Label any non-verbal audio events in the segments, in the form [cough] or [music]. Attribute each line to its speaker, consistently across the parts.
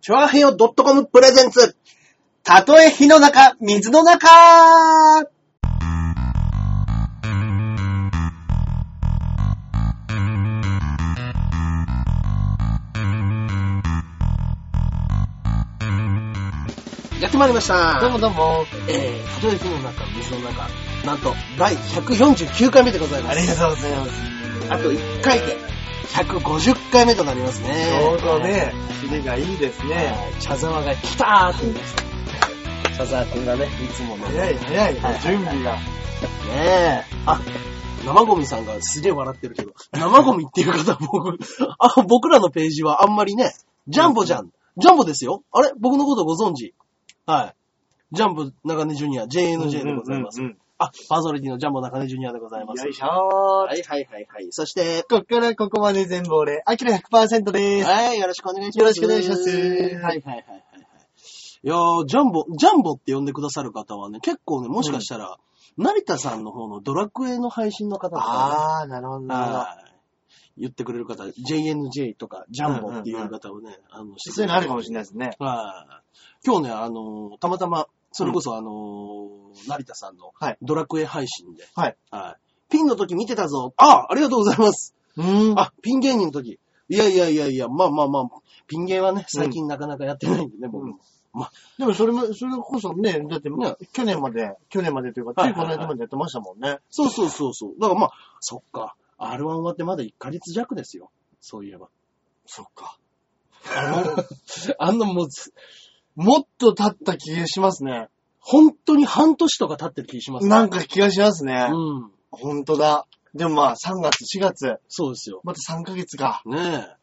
Speaker 1: チョアヘヨ .com プレゼンツ。たとえ火の中、水の中やってまいりました。
Speaker 2: どうもどうも。
Speaker 1: えー、たとえ火の中、水の中。なんと、第149回目でございます。
Speaker 2: とうございます。
Speaker 1: あと1回で、150回目となりますね。
Speaker 2: ちょうどね、キレがいいですね。
Speaker 1: 茶沢が来たーって言いました。茶沢くんがね、いつものね。
Speaker 2: 早い早い
Speaker 1: はい、
Speaker 2: 準備が。
Speaker 1: ねえ。あ、生ゴミさんがすげえ笑ってるけど、生ゴミっていう方僕、あ、僕らのページはあんまりね、ジャンボじゃん。ジャンボですよ。あれ僕のことご存知。はい。ジャンボ中根ジュニア、JNJ でございます。
Speaker 2: うんうん
Speaker 1: あ、パーソナリティのジャンボ中根ジュニアでござい
Speaker 2: うん
Speaker 1: ます。
Speaker 2: よいしょー。
Speaker 1: はいはいはいはい。そして、
Speaker 2: こっからここまで全部俺、アキラ100%でーす。
Speaker 1: はい、よろしくお願いします。
Speaker 2: よろしくお願いします
Speaker 1: はいはいはいはいはい。いやー、ジャンボ、ジャンボって呼んでくださる方はね、結構ね、もしかしたら、成田さんの方のドラクエの配信の方とか、
Speaker 2: あー、なるほど、
Speaker 1: ね、
Speaker 2: なるほど。
Speaker 1: はい言ってくれる方、JNJ とか、ジャンボっていう方をね、あの、し
Speaker 2: そういうのあるかもしれないですね。
Speaker 1: はい。今日ね、あのーたまたま、それこそあのー成田さんの
Speaker 2: はい
Speaker 1: ドラクエ配信で、
Speaker 2: はい。
Speaker 1: はい。ピンの時見てたぞ。ああ、ありがとうございます。
Speaker 2: うーん。
Speaker 1: あ、ピン芸人の時。いやいやいやいや、まあまあまあ、ピン芸はね、最近なかなかやってないんでね、僕も。
Speaker 2: でもそれも、それこそね、だって
Speaker 1: ね
Speaker 2: 去年まで、去年までというか、
Speaker 1: はい
Speaker 2: つ
Speaker 1: は
Speaker 2: い
Speaker 1: い
Speaker 2: こ
Speaker 1: は
Speaker 2: の
Speaker 1: い
Speaker 2: 間までやってましたもんね。
Speaker 1: そうそうそうそう。だからまあ、そっか。R1 終わってまだ1ヶ月弱ですよ。そういえば。
Speaker 2: そっか。
Speaker 1: あんなもう、
Speaker 2: もっと経った気がしますね。
Speaker 1: 本当に半年とか経ってる気しますね
Speaker 2: なんか気がしますね。
Speaker 1: うん。
Speaker 2: ほんとだ。でもまあ、3月、4月、
Speaker 1: そうですよ。
Speaker 2: また3ヶ月か。
Speaker 1: ねえ。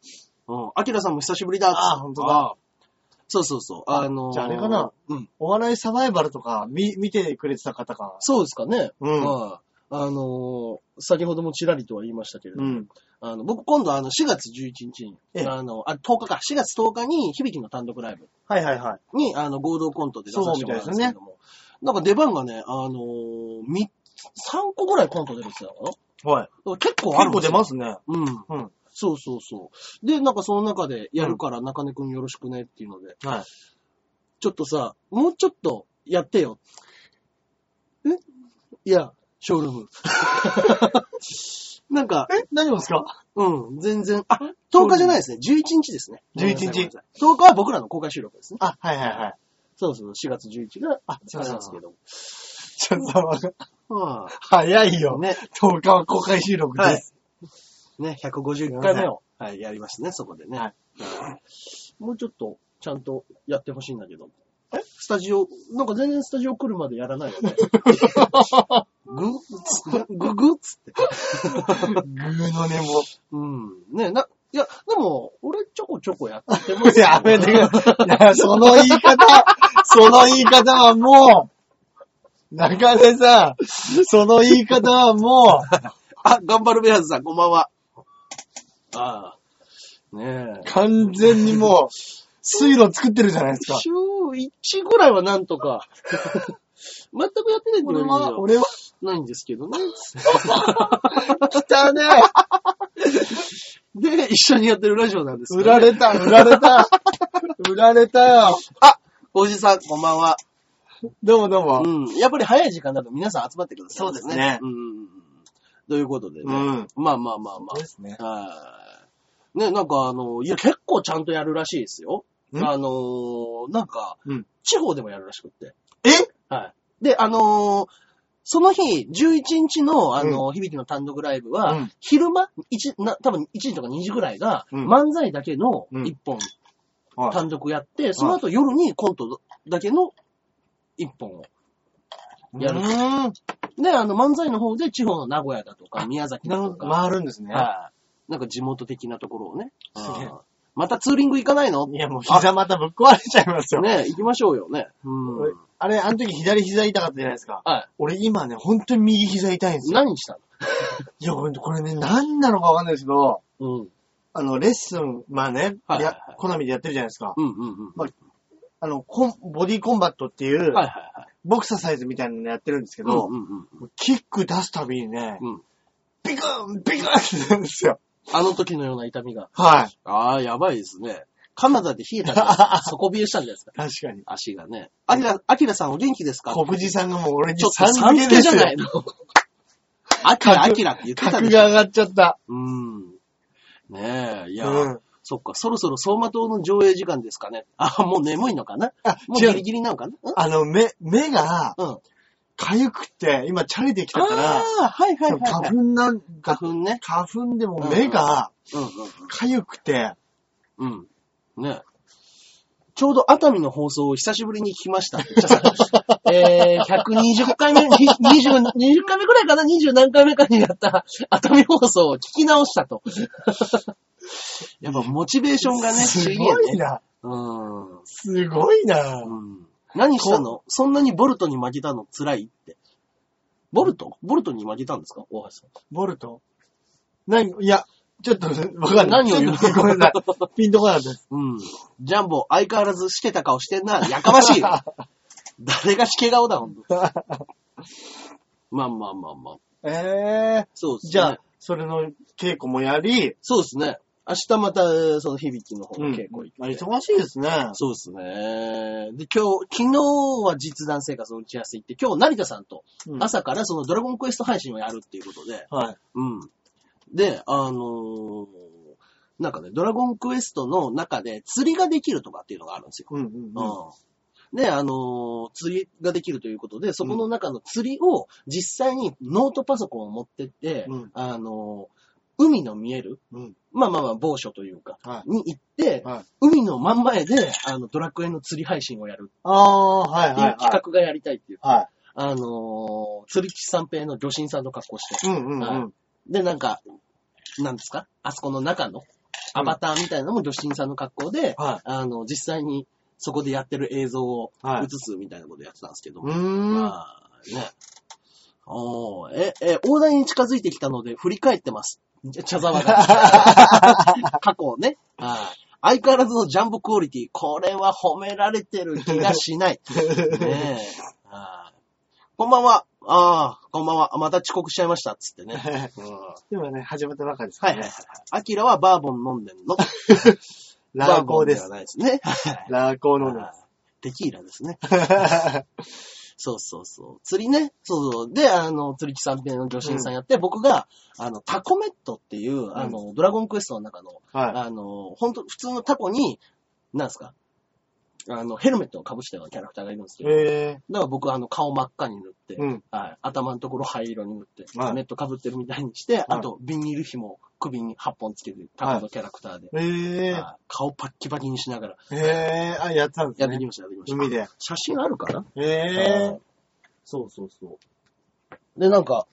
Speaker 1: うん。アキラさんも久しぶりだっつって。
Speaker 2: あーほんとだ
Speaker 1: あー。そうそうそう。あのー
Speaker 2: じゃああれかな
Speaker 1: うん。
Speaker 2: お笑いサバイバルとか、見、見てくれてた方か。
Speaker 1: そうですかね。
Speaker 2: うん
Speaker 1: まあ、あのー先ほどもちらりとは言いましたけれども、
Speaker 2: うん。
Speaker 1: あの、僕今度あの、4月11日に、
Speaker 2: ええ
Speaker 1: あの、あ、10日か、4月10日に、響きの単独ライブ
Speaker 2: はいはいはい。
Speaker 1: に、あの、合同コントで出させてもらうんですけども、なんか出番がね、あのー、み3個ぐらいコント出るって言ってたのかな
Speaker 2: はい。
Speaker 1: だから結構ある
Speaker 2: 結
Speaker 1: んで
Speaker 2: 構
Speaker 1: す
Speaker 2: 出
Speaker 1: よ。
Speaker 2: ますね。
Speaker 1: うん。
Speaker 2: うん。
Speaker 1: そうそうそう。で、なんかその中でやるから中根くんよろしくねっていうので、
Speaker 2: はい。
Speaker 1: ちょっとさ、もうちょっとやってよ。えいや、ショールーム。 [laughs] なんか、
Speaker 2: え、大丈夫ですか
Speaker 1: うん、全然。あ、10日じゃないですね。11日ですね。
Speaker 2: 11
Speaker 1: ご
Speaker 2: 日
Speaker 1: めんなさいごめんなさい10日は僕らの公開収録ですね。
Speaker 2: あ、はいはいはい。
Speaker 1: そうそう、4月11日が、あ、そうなんですけど。
Speaker 2: ちょっと、
Speaker 1: は
Speaker 2: 早いよ。
Speaker 1: ね。
Speaker 2: 10日は公開収録です。
Speaker 1: い。ね、151回目を、はい、やりましたね、そこでね。
Speaker 2: はい
Speaker 1: もうちょっと、ちゃんとやってほしいんだけど。えスタジオ、なんか全然スタジオ来るまでやらないよ
Speaker 2: [laughs]
Speaker 1: ね。ぐっつ、ぐぐっつって。
Speaker 2: グーの音も。
Speaker 1: うん。ねな、いや、でも、俺ちょこちょこやってますよ
Speaker 2: [laughs] やめてくださいや。その言い方、その言い方はもう、中根さん、その言い方はも
Speaker 1: あ、頑張るベアーズさん、こんばんは。ああ。ね
Speaker 2: う、完全にもう、水路作ってるじゃないです
Speaker 1: え。
Speaker 2: か。
Speaker 1: 週1ぐらいはなんとか。全くやってないって
Speaker 2: 俺
Speaker 1: いうの
Speaker 2: は、
Speaker 1: は
Speaker 2: 俺は、
Speaker 1: ないんですけどね。
Speaker 2: 汚ね
Speaker 1: で、一緒にやってるラジオなんです
Speaker 2: 売
Speaker 1: け
Speaker 2: ら
Speaker 1: ど、
Speaker 2: れた、売られ [laughs] た、売られたよ。
Speaker 1: おじさん、こんばんは。
Speaker 2: どうもどうも。
Speaker 1: うん。やっぱり早い時間だと皆さん集まってください、
Speaker 2: そうですね
Speaker 1: うん。ということでね。
Speaker 2: ん。
Speaker 1: まあまあまあま
Speaker 2: そうですね。
Speaker 1: あ。はい。ね、なんかあの、いや、結構ちゃんとやるらしいですよ。
Speaker 2: ん
Speaker 1: あのー、なんか
Speaker 2: うん、
Speaker 1: 地方でもやるらしくって。
Speaker 2: え
Speaker 1: はい。で、あのーその日、11日の、あのー響きの単独ライブは、
Speaker 2: うん
Speaker 1: 昼間、一、な、多分1時とか2時ぐらいが、
Speaker 2: うん
Speaker 1: 漫才だけの
Speaker 2: うん
Speaker 1: 1本、
Speaker 2: はい
Speaker 1: 単独やって、その後夜にコントだけの1本を。やる
Speaker 2: うーん。
Speaker 1: で、あの、漫才の方で地方の名古屋だとか、宮崎だ
Speaker 2: なるほ
Speaker 1: と
Speaker 2: ど。
Speaker 1: か、
Speaker 2: 回るんですね。
Speaker 1: はい。なんか地元的なところをね。
Speaker 2: すげえ
Speaker 1: あーまたツーリング行かないの
Speaker 2: いや、もう膝またぶっ壊れちゃいますよ。
Speaker 1: ね行きましょうよね。うん。
Speaker 2: 俺あれ、あの時左膝痛かったじゃないですか。
Speaker 1: はい。
Speaker 2: 俺今ね、本当に右膝痛いんですよ。
Speaker 1: 何した
Speaker 2: いや、ほんとこれね、何なのかわかんないですけど、
Speaker 1: のうん。
Speaker 2: あの、レッスン、まあね、
Speaker 1: はいはいはい
Speaker 2: やコナミでやってるじゃないですか。
Speaker 1: うんうんうん。
Speaker 2: あの、コンボディコンバットっていう、
Speaker 1: はいはいはい。
Speaker 2: ボクササイズみたいなのやってるんですけ
Speaker 1: うん
Speaker 2: ど、
Speaker 1: うんうん。
Speaker 2: もうキック出すたびにね、
Speaker 1: うん
Speaker 2: ビクンビクンってなるんですよ。
Speaker 1: あの時のような痛みが。
Speaker 2: はい。
Speaker 1: ああ、やばいですね。カナダで冷えた [laughs] から、底冷えしたんじゃないですか。
Speaker 2: 確かに。
Speaker 1: 足がね。アキラ、アキラさんお元気ですか
Speaker 2: 小藤さんがもう俺に
Speaker 1: ちょっと
Speaker 2: さ
Speaker 1: さ
Speaker 2: ん
Speaker 1: ん
Speaker 2: 付
Speaker 1: 付けじ
Speaker 2: けで
Speaker 1: ゃ
Speaker 2: すよ
Speaker 1: な。いの。アキラ、アキラって言ってた
Speaker 2: 格
Speaker 1: でしょ。
Speaker 2: が上がっちゃった。
Speaker 1: うん。ねえ、いや、
Speaker 2: うん。
Speaker 1: そっか、そろそろ相馬灯の上映時間ですかね。あ、もう眠いのかな
Speaker 2: あ、
Speaker 1: もう
Speaker 2: 違
Speaker 1: ギ
Speaker 2: う
Speaker 1: リ。ギリなのかなうん
Speaker 2: あの、目、目が
Speaker 1: うん。
Speaker 2: 痒くって、今チャリできたから、
Speaker 1: ああ、はいはい
Speaker 2: そ
Speaker 1: は
Speaker 2: の
Speaker 1: いはい。
Speaker 2: 花粉なん
Speaker 1: 花
Speaker 2: か、
Speaker 1: 粉ね。
Speaker 2: 花粉でも目が
Speaker 1: う
Speaker 2: 痒くて、
Speaker 1: んうんうん。うん。ねちょうど熱海の放送を久しぶりに聞きま [laughs] した。えー、120回目、20、20回目くらいかな ?20 何回目かにやった熱海放送を聞き直したと。やっぱモチベーションがね、
Speaker 2: す
Speaker 1: い
Speaker 2: ごい
Speaker 1: ね。
Speaker 2: な。
Speaker 1: うん。う
Speaker 2: すごいな。
Speaker 1: ん。何したのそんなにボルトに負けたの辛いって。ボルトボルトに負けたんですか大橋さん。
Speaker 2: ボルト何いや、ちょっと、わかんない。
Speaker 1: 何を言うの
Speaker 2: ちょっとごめんなさい。
Speaker 1: [laughs]
Speaker 2: ピンとこなかったです。
Speaker 1: うん。ジャンボ、相変わらずしてた顔してんな。やかま
Speaker 2: [laughs]
Speaker 1: しいよ。誰がしけ顔だ、ほんと。まあまあまあまあ。
Speaker 2: ええ
Speaker 1: そうですね。
Speaker 2: じゃあ、それの稽古もやり、
Speaker 1: そうですね。明日また、その響きの方の稽古行
Speaker 2: まあ
Speaker 1: って。
Speaker 2: 忙しいですね。
Speaker 1: そうですね。で、今日、昨日は実弾生活の打ち合わせ行って、今日成田さんと
Speaker 2: うん
Speaker 1: 朝からそのドラゴンクエスト配信をやるっていうことで、
Speaker 2: はい。
Speaker 1: うん。で、あのーなんかね、ドラゴンクエストの中で釣りができるとかっていうのがあるんですよ。
Speaker 2: うんうんうん。
Speaker 1: うん。で、あのー釣りができるということで、そこの中の釣りを実際にノートパソコンを持ってって、
Speaker 2: うん
Speaker 1: あのー海の見える、
Speaker 2: うん
Speaker 1: まあまあまあ、某所というか、
Speaker 2: はい。
Speaker 1: に行って、
Speaker 2: はい
Speaker 1: 海の真ん前で、あの、ドラクエの釣り配信をやる
Speaker 2: ああ、はい
Speaker 1: ってい
Speaker 2: は
Speaker 1: う
Speaker 2: いは
Speaker 1: 企画がやりたいっていう。
Speaker 2: い。は
Speaker 1: あのー釣り吉三平の魚神さんの格好して。
Speaker 2: い。うんうんうん。
Speaker 1: で、なんか、なんですかあそこの中のアバターみたいなのも魚神さんの格好で、
Speaker 2: は
Speaker 1: あの、実際にそこでやってる映像を
Speaker 2: い。はい
Speaker 1: 映。すみたいなことやってたんですけど、
Speaker 2: うーん。
Speaker 1: まあ、ね。おーえ、え、大台に近づいてきたので振り返ってます。じゃ茶沢
Speaker 2: [laughs]
Speaker 1: が。過去をね。はい相変わらずのジャンボクオリティ。これは褒められてる気がし
Speaker 2: [laughs]
Speaker 1: ない。ねえ。はいこんばんは。ああ、こんばんは。また遅刻しちゃいました。つってね。うん
Speaker 2: 今ね、始まったばかりですか
Speaker 1: は
Speaker 2: ら
Speaker 1: いは
Speaker 2: ね。
Speaker 1: いはい。アキラはバーボン飲んでん [laughs] の。
Speaker 2: ラーコーで
Speaker 1: バ
Speaker 2: す。
Speaker 1: ボンはないですね。
Speaker 2: ラーコー
Speaker 1: はい
Speaker 2: のね。
Speaker 1: テキーラですね。そうそうそう。釣りね。そうそう。で、あの、釣り木さんっていうの女子さんやって、僕が、あの、タコメットっていう、あの、ドラゴンクエストの中の、
Speaker 2: は
Speaker 1: あの、本当普通のタコに、なんですか、あの、ヘルメットを被したようなキャラクターがいるんですけ
Speaker 2: い。
Speaker 1: ど、
Speaker 2: ええ。
Speaker 1: だから僕はあの、顔真っ赤に塗って、
Speaker 2: うん。
Speaker 1: はい、頭のところ灰色に塗って、
Speaker 2: はい
Speaker 1: ネット被ってるみたいにして、あと、ビニール紐、首に8本つけてるタコのキャラクターで、
Speaker 2: ええ。
Speaker 1: はい顔パッキパキにしながら、
Speaker 2: ええ。あ、やってたんです
Speaker 1: やって
Speaker 2: ね
Speaker 1: き。ました、やってきました。
Speaker 2: 海で。
Speaker 1: 写真あるかな
Speaker 2: え
Speaker 1: は
Speaker 2: え
Speaker 1: い。そうそうそう。で、なんか、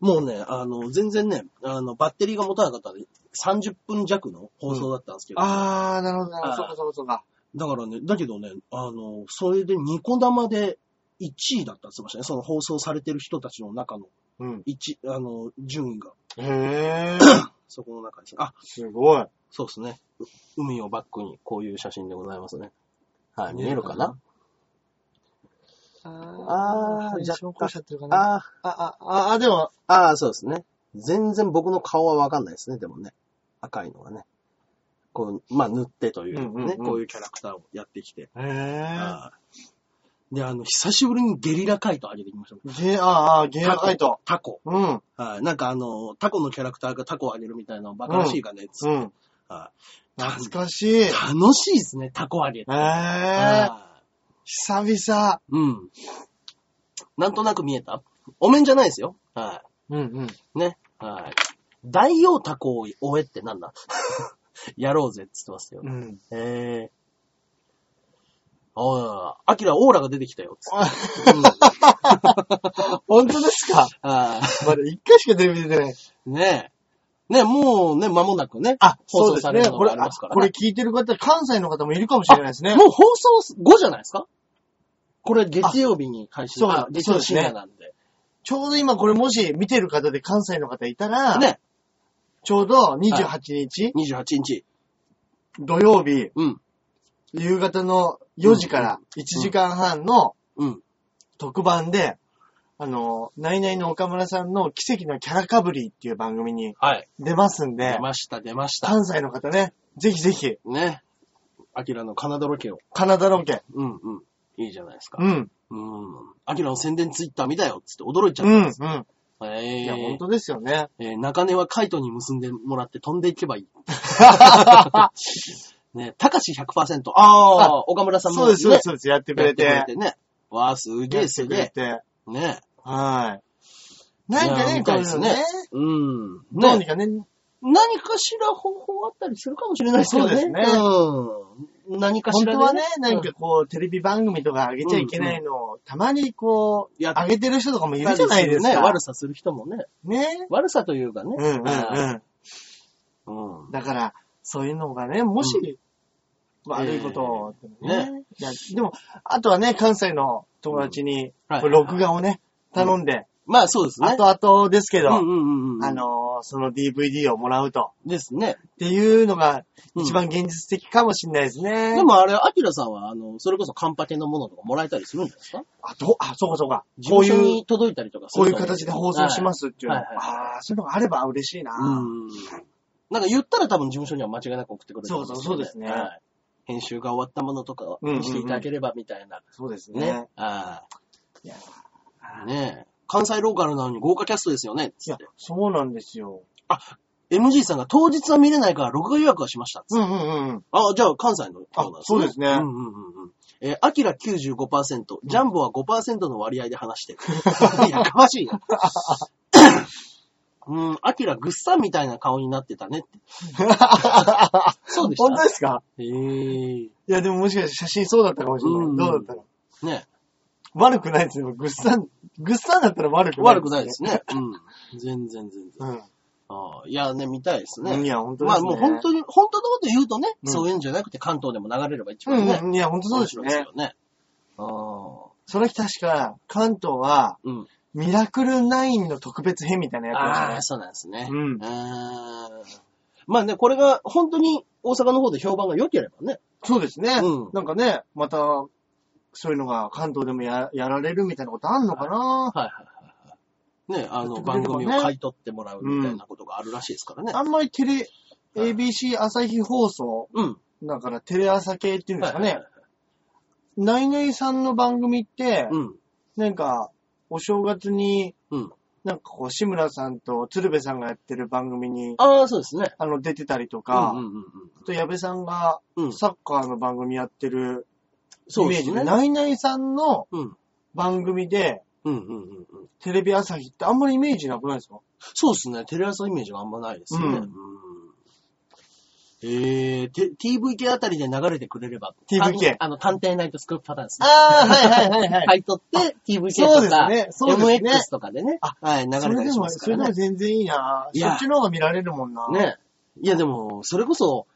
Speaker 1: もうね、あの、全然ね、あの、バッテリーが持たなかったんで、30分弱の放送だったんですけど、
Speaker 2: ああ、なるほど、なるほど。そう
Speaker 1: は
Speaker 2: か
Speaker 1: い
Speaker 2: そうかそうか。
Speaker 1: だからね、だけどね、あの、それでニコ玉で1位だったって言ってましたね。その放送されてる人たちの中の
Speaker 2: うん。
Speaker 1: 1、あの、順位が、
Speaker 2: へえ。
Speaker 1: そこの中です。あ、
Speaker 2: [coughs] すごい。
Speaker 1: そうですね。う海をバックにこういう写真でございますね。はい、見えるかな
Speaker 2: あ
Speaker 1: ー
Speaker 2: 若干しちゃってるかな。あ
Speaker 1: ああ、
Speaker 2: あ、あ、あ、でも、
Speaker 1: ああ、そうですね。全然僕の顔はわかんないですね、でもね。赤いのがね。こう、まあ、塗ってというね、
Speaker 2: うんうんうん
Speaker 1: こういうキャラクターをやってきて。
Speaker 2: へえ。
Speaker 1: ああで、あの、久しぶりにゲリラカイト上げてきました。
Speaker 2: ゲー、あーあー、ゲーラカイト。
Speaker 1: タコ。
Speaker 2: うん。
Speaker 1: はい。なんかあの、タコのキャラクターがタコを上げるみたいなのバカらしいがね、つ
Speaker 2: うん。
Speaker 1: はい
Speaker 2: 懐かしい。へえ。
Speaker 1: 楽しいですね、タコ上げって。
Speaker 2: 久
Speaker 1: ああ
Speaker 2: 々。
Speaker 1: うん。なんとなく見えたお面じゃないですよ。はい。
Speaker 2: うんうん。
Speaker 1: ね。はい。大王タコを追えってなんだ [laughs] やろうぜって言ってますよ。
Speaker 2: うん。
Speaker 1: へえ。ああ、アキラオーラが出てきたよ。
Speaker 2: [laughs]
Speaker 1: つ
Speaker 2: あ
Speaker 1: ってうん
Speaker 2: 本当ですか
Speaker 1: あ
Speaker 2: まだ一回しかテレビ出てない。
Speaker 1: あねえ。ねえ、もうね、間もなくね。
Speaker 2: あ、
Speaker 1: 放
Speaker 2: そう
Speaker 1: 送
Speaker 2: です
Speaker 1: され
Speaker 2: ね。
Speaker 1: るの
Speaker 2: これ、
Speaker 1: があ
Speaker 2: あ
Speaker 1: りますから
Speaker 2: これ
Speaker 1: ね。
Speaker 2: 聞いてる方、関西の方もいるかもしれないですね。
Speaker 1: もう放送後じゃないですかこれ月曜日に配信。
Speaker 2: あそう
Speaker 1: あ月曜日深夜なんで。
Speaker 2: ちょうど今これもし見てる方で関西の方いたら、
Speaker 1: ね。
Speaker 2: ちょうど28日、
Speaker 1: 28日。
Speaker 2: 土曜日、
Speaker 1: うん。
Speaker 2: 夕方の4時から1時間半の
Speaker 1: うん。
Speaker 2: 特番で、あの、ナイナイの岡村さんの奇跡のキャラかぶりっていう番組に
Speaker 1: はい。
Speaker 2: 出ますんで
Speaker 1: 出、ました、出ました。
Speaker 2: 関西の方ね、ぜひぜひ、
Speaker 1: ね。アキラのカナダロケを。
Speaker 2: カナダロケ。
Speaker 1: うんうん。いいじゃないですか
Speaker 2: う。ん。
Speaker 1: うん。アキラの宣伝ツイッター見たよっつって驚いちゃっ
Speaker 2: う
Speaker 1: たん
Speaker 2: ん。う
Speaker 1: です。
Speaker 2: ん。
Speaker 1: え
Speaker 2: いや、本
Speaker 1: ー、
Speaker 2: 当ですよね。
Speaker 1: えー中根はカイトに結んでもらって飛んでいけば
Speaker 2: [laughs]
Speaker 1: いい。ね、たかし100%。ああ、岡村さんも、ね、
Speaker 2: そうです、そうです、そうです。やってく
Speaker 1: やっ
Speaker 2: れ
Speaker 1: てくれ
Speaker 2: て。
Speaker 1: てね。わあ、すげ
Speaker 2: やっ
Speaker 1: え
Speaker 2: て
Speaker 1: す
Speaker 2: く
Speaker 1: げ
Speaker 2: れ
Speaker 1: え。
Speaker 2: て。
Speaker 1: ね。
Speaker 2: はい。なんか
Speaker 1: いや
Speaker 2: ね、
Speaker 1: 見たい
Speaker 2: こう
Speaker 1: で
Speaker 2: い
Speaker 1: す
Speaker 2: うの
Speaker 1: ね
Speaker 2: ね。
Speaker 1: うん。
Speaker 2: どうに
Speaker 1: ね。
Speaker 2: かね、
Speaker 1: 何かしら方法あったりするかもしれないですけどね。
Speaker 2: そうですね
Speaker 1: うん。何かし
Speaker 2: 本
Speaker 1: ら
Speaker 2: 当
Speaker 1: で
Speaker 2: はね、なんかこう、テレビ番組とか上げちゃいけないのを、たまにこう、
Speaker 1: やっ
Speaker 2: 上げてる人とかもい
Speaker 1: や
Speaker 2: る
Speaker 1: っ
Speaker 2: じ
Speaker 1: た
Speaker 2: ゃ
Speaker 1: り
Speaker 2: ない
Speaker 1: す
Speaker 2: で
Speaker 1: る
Speaker 2: す
Speaker 1: ね。
Speaker 2: か。
Speaker 1: 悪さする人もね。
Speaker 2: ね。
Speaker 1: 悪さというかね。
Speaker 2: うんうん
Speaker 1: あ
Speaker 2: う
Speaker 1: ーうん
Speaker 2: ん。だから、そういうのがね、もし、悪いことを、ねいやでも、あとはね、関西の友達に、
Speaker 1: はい
Speaker 2: これ録画をね、頼んで、
Speaker 1: まあそうですね。
Speaker 2: あとあとですけ
Speaker 1: うん
Speaker 2: ど、
Speaker 1: うんうんうん。
Speaker 2: あ、のー、その DVD をもらうと。
Speaker 1: ですね。
Speaker 2: っていうのが、
Speaker 1: うん
Speaker 2: 一番現実的かもしれないですね。
Speaker 1: でもあれ、アキラさんは、あの、それこそカンパケのものとかもらえたりするんじゃないですか
Speaker 2: あ、どう、あ、そうかそうか。
Speaker 1: 事
Speaker 2: こ
Speaker 1: 務
Speaker 2: うい
Speaker 1: 所
Speaker 2: う、
Speaker 1: に届いたりとかす
Speaker 2: こ
Speaker 1: る
Speaker 2: ういう
Speaker 1: と
Speaker 2: 形で放送しますっていうの。
Speaker 1: はいはいは
Speaker 2: ああ、そういうのがあれば嬉しいな。
Speaker 1: うん。なんか言ったら多分事務所には間違いなく送ってくれると思ん
Speaker 2: そうそうそうですね
Speaker 1: はい編集が終わったものとかにしていただければみたいな。
Speaker 2: そうですね。
Speaker 1: ね。あ
Speaker 2: いや
Speaker 1: あ。ねえ。関西ローカルなのに豪華キャストですよね。
Speaker 2: い
Speaker 1: つっ
Speaker 2: や
Speaker 1: て。、
Speaker 2: そうなんですよ。
Speaker 1: MG さんが当日は見れないから録画予約はしました。
Speaker 2: うんうんうん。
Speaker 1: あ、じゃあ関西の方なんですね。
Speaker 2: あそうですね
Speaker 1: うんうんうんうん。えー、アキラ95%、ジャンボは5%の割合で話して
Speaker 2: [laughs]
Speaker 1: る。いやかましいな。 [coughs] うん、アキラぐっさんみたいな顔になってたね
Speaker 2: [laughs]
Speaker 1: って。そうでし
Speaker 2: 本当
Speaker 1: た。
Speaker 2: ですか
Speaker 1: へえ
Speaker 2: いや、でももしかして写真そうだったかもしれない。
Speaker 1: うんうん
Speaker 2: どうだったか。
Speaker 1: ー。ね
Speaker 2: 悪くないですよ。ぐっさん、ぐっさんだったら悪くない、
Speaker 1: 悪くないです。ね。うん。全然全然。
Speaker 2: うん。
Speaker 1: ああいやね、見たいですね。
Speaker 2: いや、本当で
Speaker 1: ますあ
Speaker 2: ね。
Speaker 1: もう本当に、本当のこと言うとね、
Speaker 2: うん
Speaker 1: そういうんじゃなくて関東でも流れれば一番ね。
Speaker 2: うんうん、いや、本当そうですよ
Speaker 1: 面白い
Speaker 2: ね
Speaker 1: で。すよね。あ
Speaker 2: それ確か、関東は、
Speaker 1: あ。うん。
Speaker 2: ミラクル9の特別編みたいなやつ
Speaker 1: あ
Speaker 2: だ
Speaker 1: あ、そうなんですね。
Speaker 2: うん
Speaker 1: あーまあね、これが本当に大阪の方で評判が良ければね。
Speaker 2: そうですね。
Speaker 1: うん
Speaker 2: なんかね、また、そういうのが関東でもややられるみたいなことあんのかな、
Speaker 1: はいはいはい。ね、あの
Speaker 2: やって
Speaker 1: 番
Speaker 2: くれればね
Speaker 1: 組を買い取ってもらうみたいなことがあるらしいですからね。
Speaker 2: あんまりテレ、ABC 朝日放送、
Speaker 1: うん。
Speaker 2: だからテレ朝系っていうんですか
Speaker 1: はい
Speaker 2: ね
Speaker 1: はい。
Speaker 2: ナイナイさんの番組って、
Speaker 1: うん。
Speaker 2: なんか、お正月に、
Speaker 1: うん。
Speaker 2: なんかこう、志村さんと鶴瓶さんがやってる番組に、あ
Speaker 1: ああ、そうですね。
Speaker 2: の、出てたりと
Speaker 1: うん
Speaker 2: か、
Speaker 1: うんうん
Speaker 2: あと矢部さんが
Speaker 1: うん。うん。
Speaker 2: サッカーの番組やってるイ
Speaker 1: そう
Speaker 2: メ
Speaker 1: で
Speaker 2: ー
Speaker 1: す
Speaker 2: ジ
Speaker 1: ね
Speaker 2: で、。ナイナイさんの
Speaker 1: うん。
Speaker 2: 番組で、
Speaker 1: うんうんうんうん。
Speaker 2: テレビ朝日ってあんまりイメージなくないですか
Speaker 1: そうですね。テレ朝イメージがあんまないですよね。
Speaker 2: うん
Speaker 1: うんえー、て TVK あたりで流れてくれれば。
Speaker 2: TVK
Speaker 1: あの、あの探偵ナイトスクープパターンですね。
Speaker 2: ああ、はいはいはいは。
Speaker 1: 買い取って、TVK
Speaker 2: そ
Speaker 1: と
Speaker 2: うです
Speaker 1: か、
Speaker 2: ねそうですね
Speaker 1: MX とかでね。
Speaker 2: あ
Speaker 1: はい、流れ
Speaker 2: そ
Speaker 1: た
Speaker 2: れ
Speaker 1: り
Speaker 2: で
Speaker 1: し
Speaker 2: も、
Speaker 1: ます
Speaker 2: そ
Speaker 1: か
Speaker 2: れ
Speaker 1: ら
Speaker 2: でも
Speaker 1: ね。
Speaker 2: 全然いいなぁ
Speaker 1: いや
Speaker 2: そっちの方が見られるもんな
Speaker 1: ね。いや、でも、それこそ、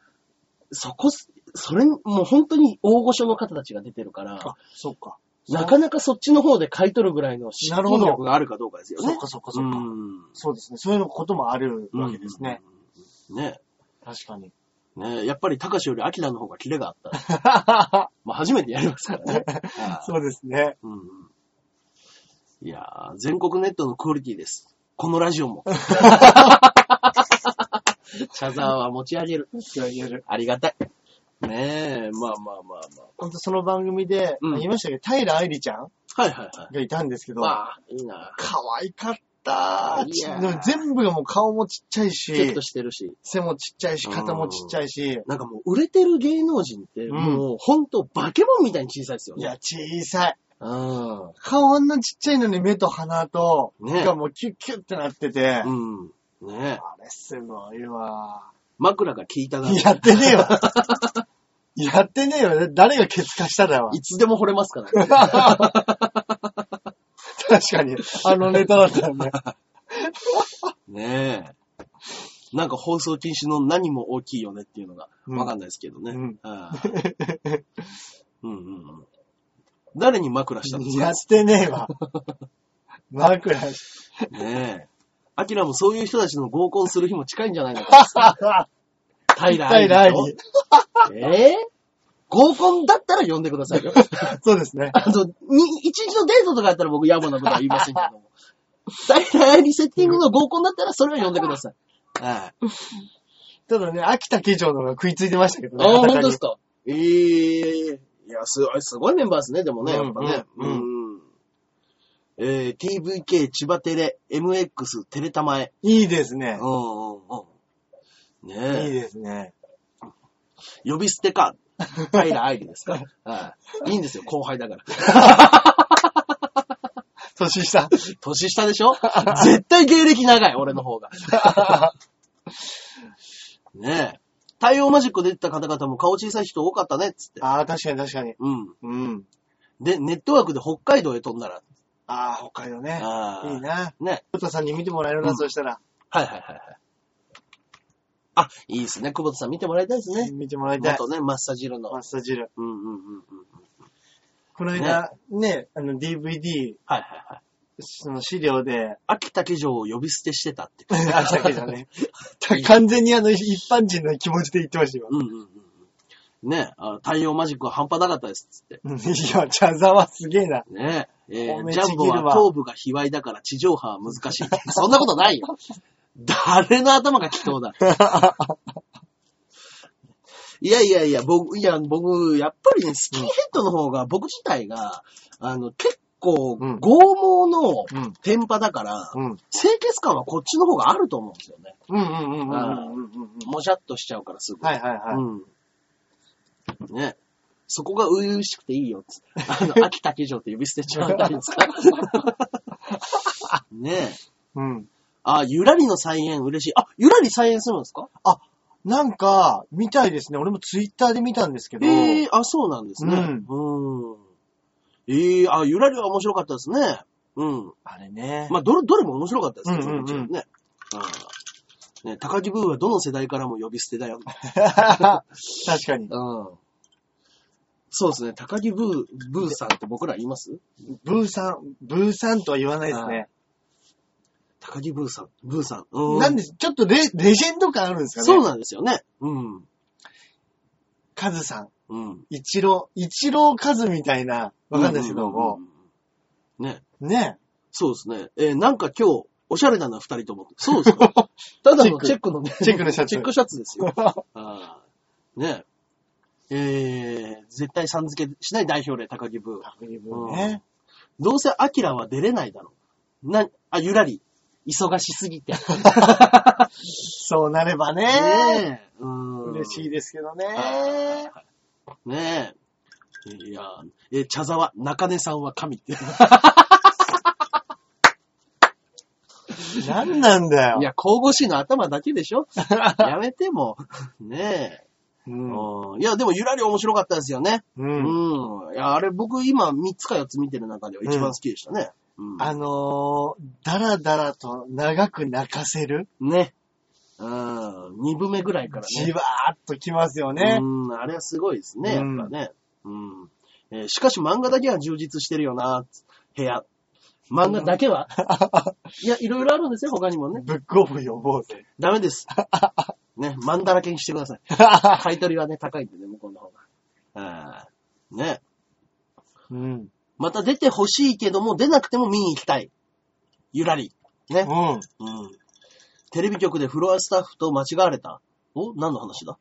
Speaker 1: そこ、それ、もう本当に大御所の方たちが出てるから
Speaker 2: あ、、そっか。
Speaker 1: なかなかそっちの方で買い取るぐらいの資
Speaker 2: なるほ
Speaker 1: 金
Speaker 2: ど
Speaker 1: 力があるかどうかですよ
Speaker 2: そ
Speaker 1: ね
Speaker 2: っ。かそっかそっか。
Speaker 1: ん。
Speaker 2: そうですね。そういうのこともあるわけですね。
Speaker 1: うん。ね。
Speaker 2: 確かに。
Speaker 1: ねやっぱり、高橋より明の方がキレがあった。 [laughs] まあ、初めてやりますからね。ああ
Speaker 2: そうですね。
Speaker 1: うんうんいやー、全国ネットのクオリティです。このラジオ [laughs] も。シャザーは持ち上げる。
Speaker 2: 言われる。
Speaker 1: ありがたい。ねえ、まあまあまあま
Speaker 2: ほんとその番組で、
Speaker 1: うん
Speaker 2: 言いましたけど、平愛理ちゃん
Speaker 1: あ。はいはいはい。
Speaker 2: がいたんですけど、
Speaker 1: まあ、いいな。
Speaker 2: 可愛かった
Speaker 1: いやー
Speaker 2: でも全部がもう顔もちっちゃい
Speaker 1: キュッ
Speaker 2: し
Speaker 1: と、してるし。
Speaker 2: 背もちっちゃいし、肩もちっちゃいし、
Speaker 1: なんかもう、売れてる芸能人って、
Speaker 2: ん
Speaker 1: もう、ほんと、化け物みたいに小さいですよ
Speaker 2: い
Speaker 1: ね。
Speaker 2: や、小さい。
Speaker 1: うん。
Speaker 2: 顔あんなちっちゃいのに目と鼻と、
Speaker 1: ね
Speaker 2: がもうキュッキュッってなってて、
Speaker 1: うん。ねえ。
Speaker 2: あれすごいわ。
Speaker 1: 枕が効いたが、
Speaker 2: やってねえわ。やってねえわ。誰がケツ化しただわ
Speaker 1: い。つでも惚れますからね。
Speaker 2: 確かに。あのネタだったんね。
Speaker 1: [laughs] ねえ。なんか放送禁止の何も大きいよねっていうのが
Speaker 2: うん
Speaker 1: わかんないですけどね。
Speaker 2: うん
Speaker 1: あ [laughs] あうんうんうん誰に枕したんです
Speaker 2: や
Speaker 1: か
Speaker 2: ってねえわ。枕し
Speaker 1: ねえ。アキラもそういう人たちの合コンする日も近いんじゃないの [laughs] か。
Speaker 2: [laughs]
Speaker 1: 平
Speaker 2: たい
Speaker 1: 愛
Speaker 2: な
Speaker 1: 理と。ええ合コンだったら呼んでくださ [laughs] いよ。
Speaker 2: そうですね。
Speaker 1: あの、に一日のデートとかだったら僕野暮なことは言いませんけど [laughs] も。平愛理セッティングの合コンだったらそれは呼んでくだ [laughs] さい。はい。
Speaker 2: ただね、秋田家長の方が食いついてましたけど
Speaker 1: あ
Speaker 2: ね。
Speaker 1: あ、
Speaker 2: 裸に
Speaker 1: 本当ですか。ええいや、すごい、すごいメンバーですね、でもね、
Speaker 2: うん
Speaker 1: やっぱね。
Speaker 2: う
Speaker 1: うんん。えー、TVK 千葉テレ、MX テレタマへ。
Speaker 2: いいです
Speaker 1: う
Speaker 2: ね
Speaker 1: ん。うんうん。
Speaker 2: いい
Speaker 1: ね
Speaker 2: ですね。
Speaker 1: え。呼び捨てか。平愛理です [laughs] か。はい。いいんですよ、後輩だから。
Speaker 2: 年 [laughs] 下。
Speaker 1: 年下でし [laughs] ょ絶対芸歴長い、俺の方が。ねえ。太陽マジック出てた方々も顔小さい人多かったね、つって。
Speaker 2: ああ、確かに確かに。
Speaker 1: うん。
Speaker 2: うん。
Speaker 1: で、ネットワークで北海道へ飛んだら。
Speaker 2: ああ、北海道ね。
Speaker 1: あ
Speaker 2: いい
Speaker 1: あ。
Speaker 2: な。
Speaker 1: ね。
Speaker 2: ふたさんに見てもらえる
Speaker 1: う
Speaker 2: な、
Speaker 1: ん
Speaker 2: そうしたら。
Speaker 1: はいはいはいはい。あ、いいですね。久保田さん見てもらいたいですね。
Speaker 2: 見てもらいたい。
Speaker 1: 元ね、マッサージルの
Speaker 2: マ。ッサージル。
Speaker 1: うんうんうんうん。
Speaker 2: この間、ね、あの DVD、
Speaker 1: はいはいはい。
Speaker 2: その資料 [laughs] で、
Speaker 1: 秋竹城を呼び捨てしてた [laughs] って。
Speaker 2: あしたけどね。完全にあの、一般人の気持ちで言ってました、今。
Speaker 1: うんうんうんうん。ねえ、あ太陽マジックは半端なかったです、つって。
Speaker 2: うんいや、茶沢すげえな。
Speaker 1: ねえ、えー
Speaker 2: 褒め
Speaker 1: ジャンボ
Speaker 2: ちぎるわ
Speaker 1: は頭部が卑猥だから地上波は難しい。 [laughs] そんなことないよ。誰の頭が祈祷だ。 [laughs] いやいやいや、僕、いや、僕、やっぱりね、スキンヘッドの方が、僕自体が、あの、結構、
Speaker 2: うん
Speaker 1: 剛毛の
Speaker 2: うん。
Speaker 1: 天パだから、
Speaker 2: うん。
Speaker 1: 清潔感はこっちの方があると思うんですよね。
Speaker 2: うんうんうんうんうん
Speaker 1: あー
Speaker 2: うんうんうん。
Speaker 1: もじゃっとしちゃうからすぐ。
Speaker 2: はいはいはい。
Speaker 1: うん。ね。そこが初々しくていいよっつ。あの、秋竹城って呼び捨てちゃうんですか [laughs] ねえ。
Speaker 2: うん。
Speaker 1: あ、ゆらりの再演嬉しい。あ、ゆらり再演するんですか
Speaker 2: なんか、見たいですね。俺もツイッターで見たんですけど。
Speaker 1: ええあ、そうなんですね。
Speaker 2: う
Speaker 1: うん。ええあ、ゆらりは面白かったですね。うん。
Speaker 2: あれね。
Speaker 1: まあ、どれ、どれも面白かったですけど、
Speaker 2: うんうんうん
Speaker 1: もちろんね。あーね、高木ブーはどの世代からも呼び捨てだよ。
Speaker 2: [laughs] 確かに。
Speaker 1: うん。そうですね。高木ブー、ブーさんって僕ら言います
Speaker 2: ブーさん、ブーさんとは言わないですね。
Speaker 1: 高木ブーさん、ブーさん。う
Speaker 2: なんで、ちょっとレ、レジェンド感あるんですかね。
Speaker 1: そう
Speaker 2: な
Speaker 1: なんですよね。うん。
Speaker 2: カズさん、
Speaker 1: うん。
Speaker 2: 一郎、一郎カズみたいな、わかんないですけども。
Speaker 1: うん。ね。
Speaker 2: ね。
Speaker 1: そうですね。えーなんか今日、おしゃれだな、二人とも。そうです
Speaker 2: [laughs]
Speaker 1: かただのチェックのね。
Speaker 2: チェックのシャツ
Speaker 1: チェックシャツですよ。あーね。えー、絶対さん付けしない代表例、高木ブー。
Speaker 2: ね。
Speaker 1: どうせアキラは出れないだろう。な、あ、ゆらり。忙しすぎ
Speaker 2: [laughs]
Speaker 1: て。ね
Speaker 2: そうなればね。
Speaker 1: え。うん
Speaker 2: 嬉しいですけどね。
Speaker 1: ねえ。いや、え、茶沢、中根さんは神って。
Speaker 2: なんなんだよ
Speaker 1: い。や、神々しいの頭だけで [laughs] しょやめても。ねえ、
Speaker 2: うん。
Speaker 1: うんいや、でも、ゆらり面白かったですよね。
Speaker 2: う。
Speaker 1: うんん。いや、あれ、僕、今、3つか4つ見てる中では一番好きでしたね。うん。
Speaker 2: あのー、だらだらと長く泣かせる、
Speaker 1: ね。うん。2部目ぐらいから
Speaker 2: じ
Speaker 1: ね。
Speaker 2: わーっときますよね。
Speaker 1: うん。あれはすごいですね、やっ
Speaker 2: うん
Speaker 1: ぱね。うん。えーしかし、漫画だけは充実してるよな、部屋。漫画だけ
Speaker 2: [laughs]
Speaker 1: はいや、いろいろあるんですよ、他にもね。
Speaker 2: ブックオフ呼ぼうぜ。
Speaker 1: ダメです。ね、マンダラけにしてく
Speaker 2: [laughs]
Speaker 1: ださい。買い取りはね、高いんでね、向こうの方が。あーね。
Speaker 2: うん。
Speaker 1: また出てほしいけども、出なくても見に行きたい。ゆらり。ね。
Speaker 2: うん。
Speaker 1: うん。テレビ局でフロアスタッフと間違われた。お何の話だ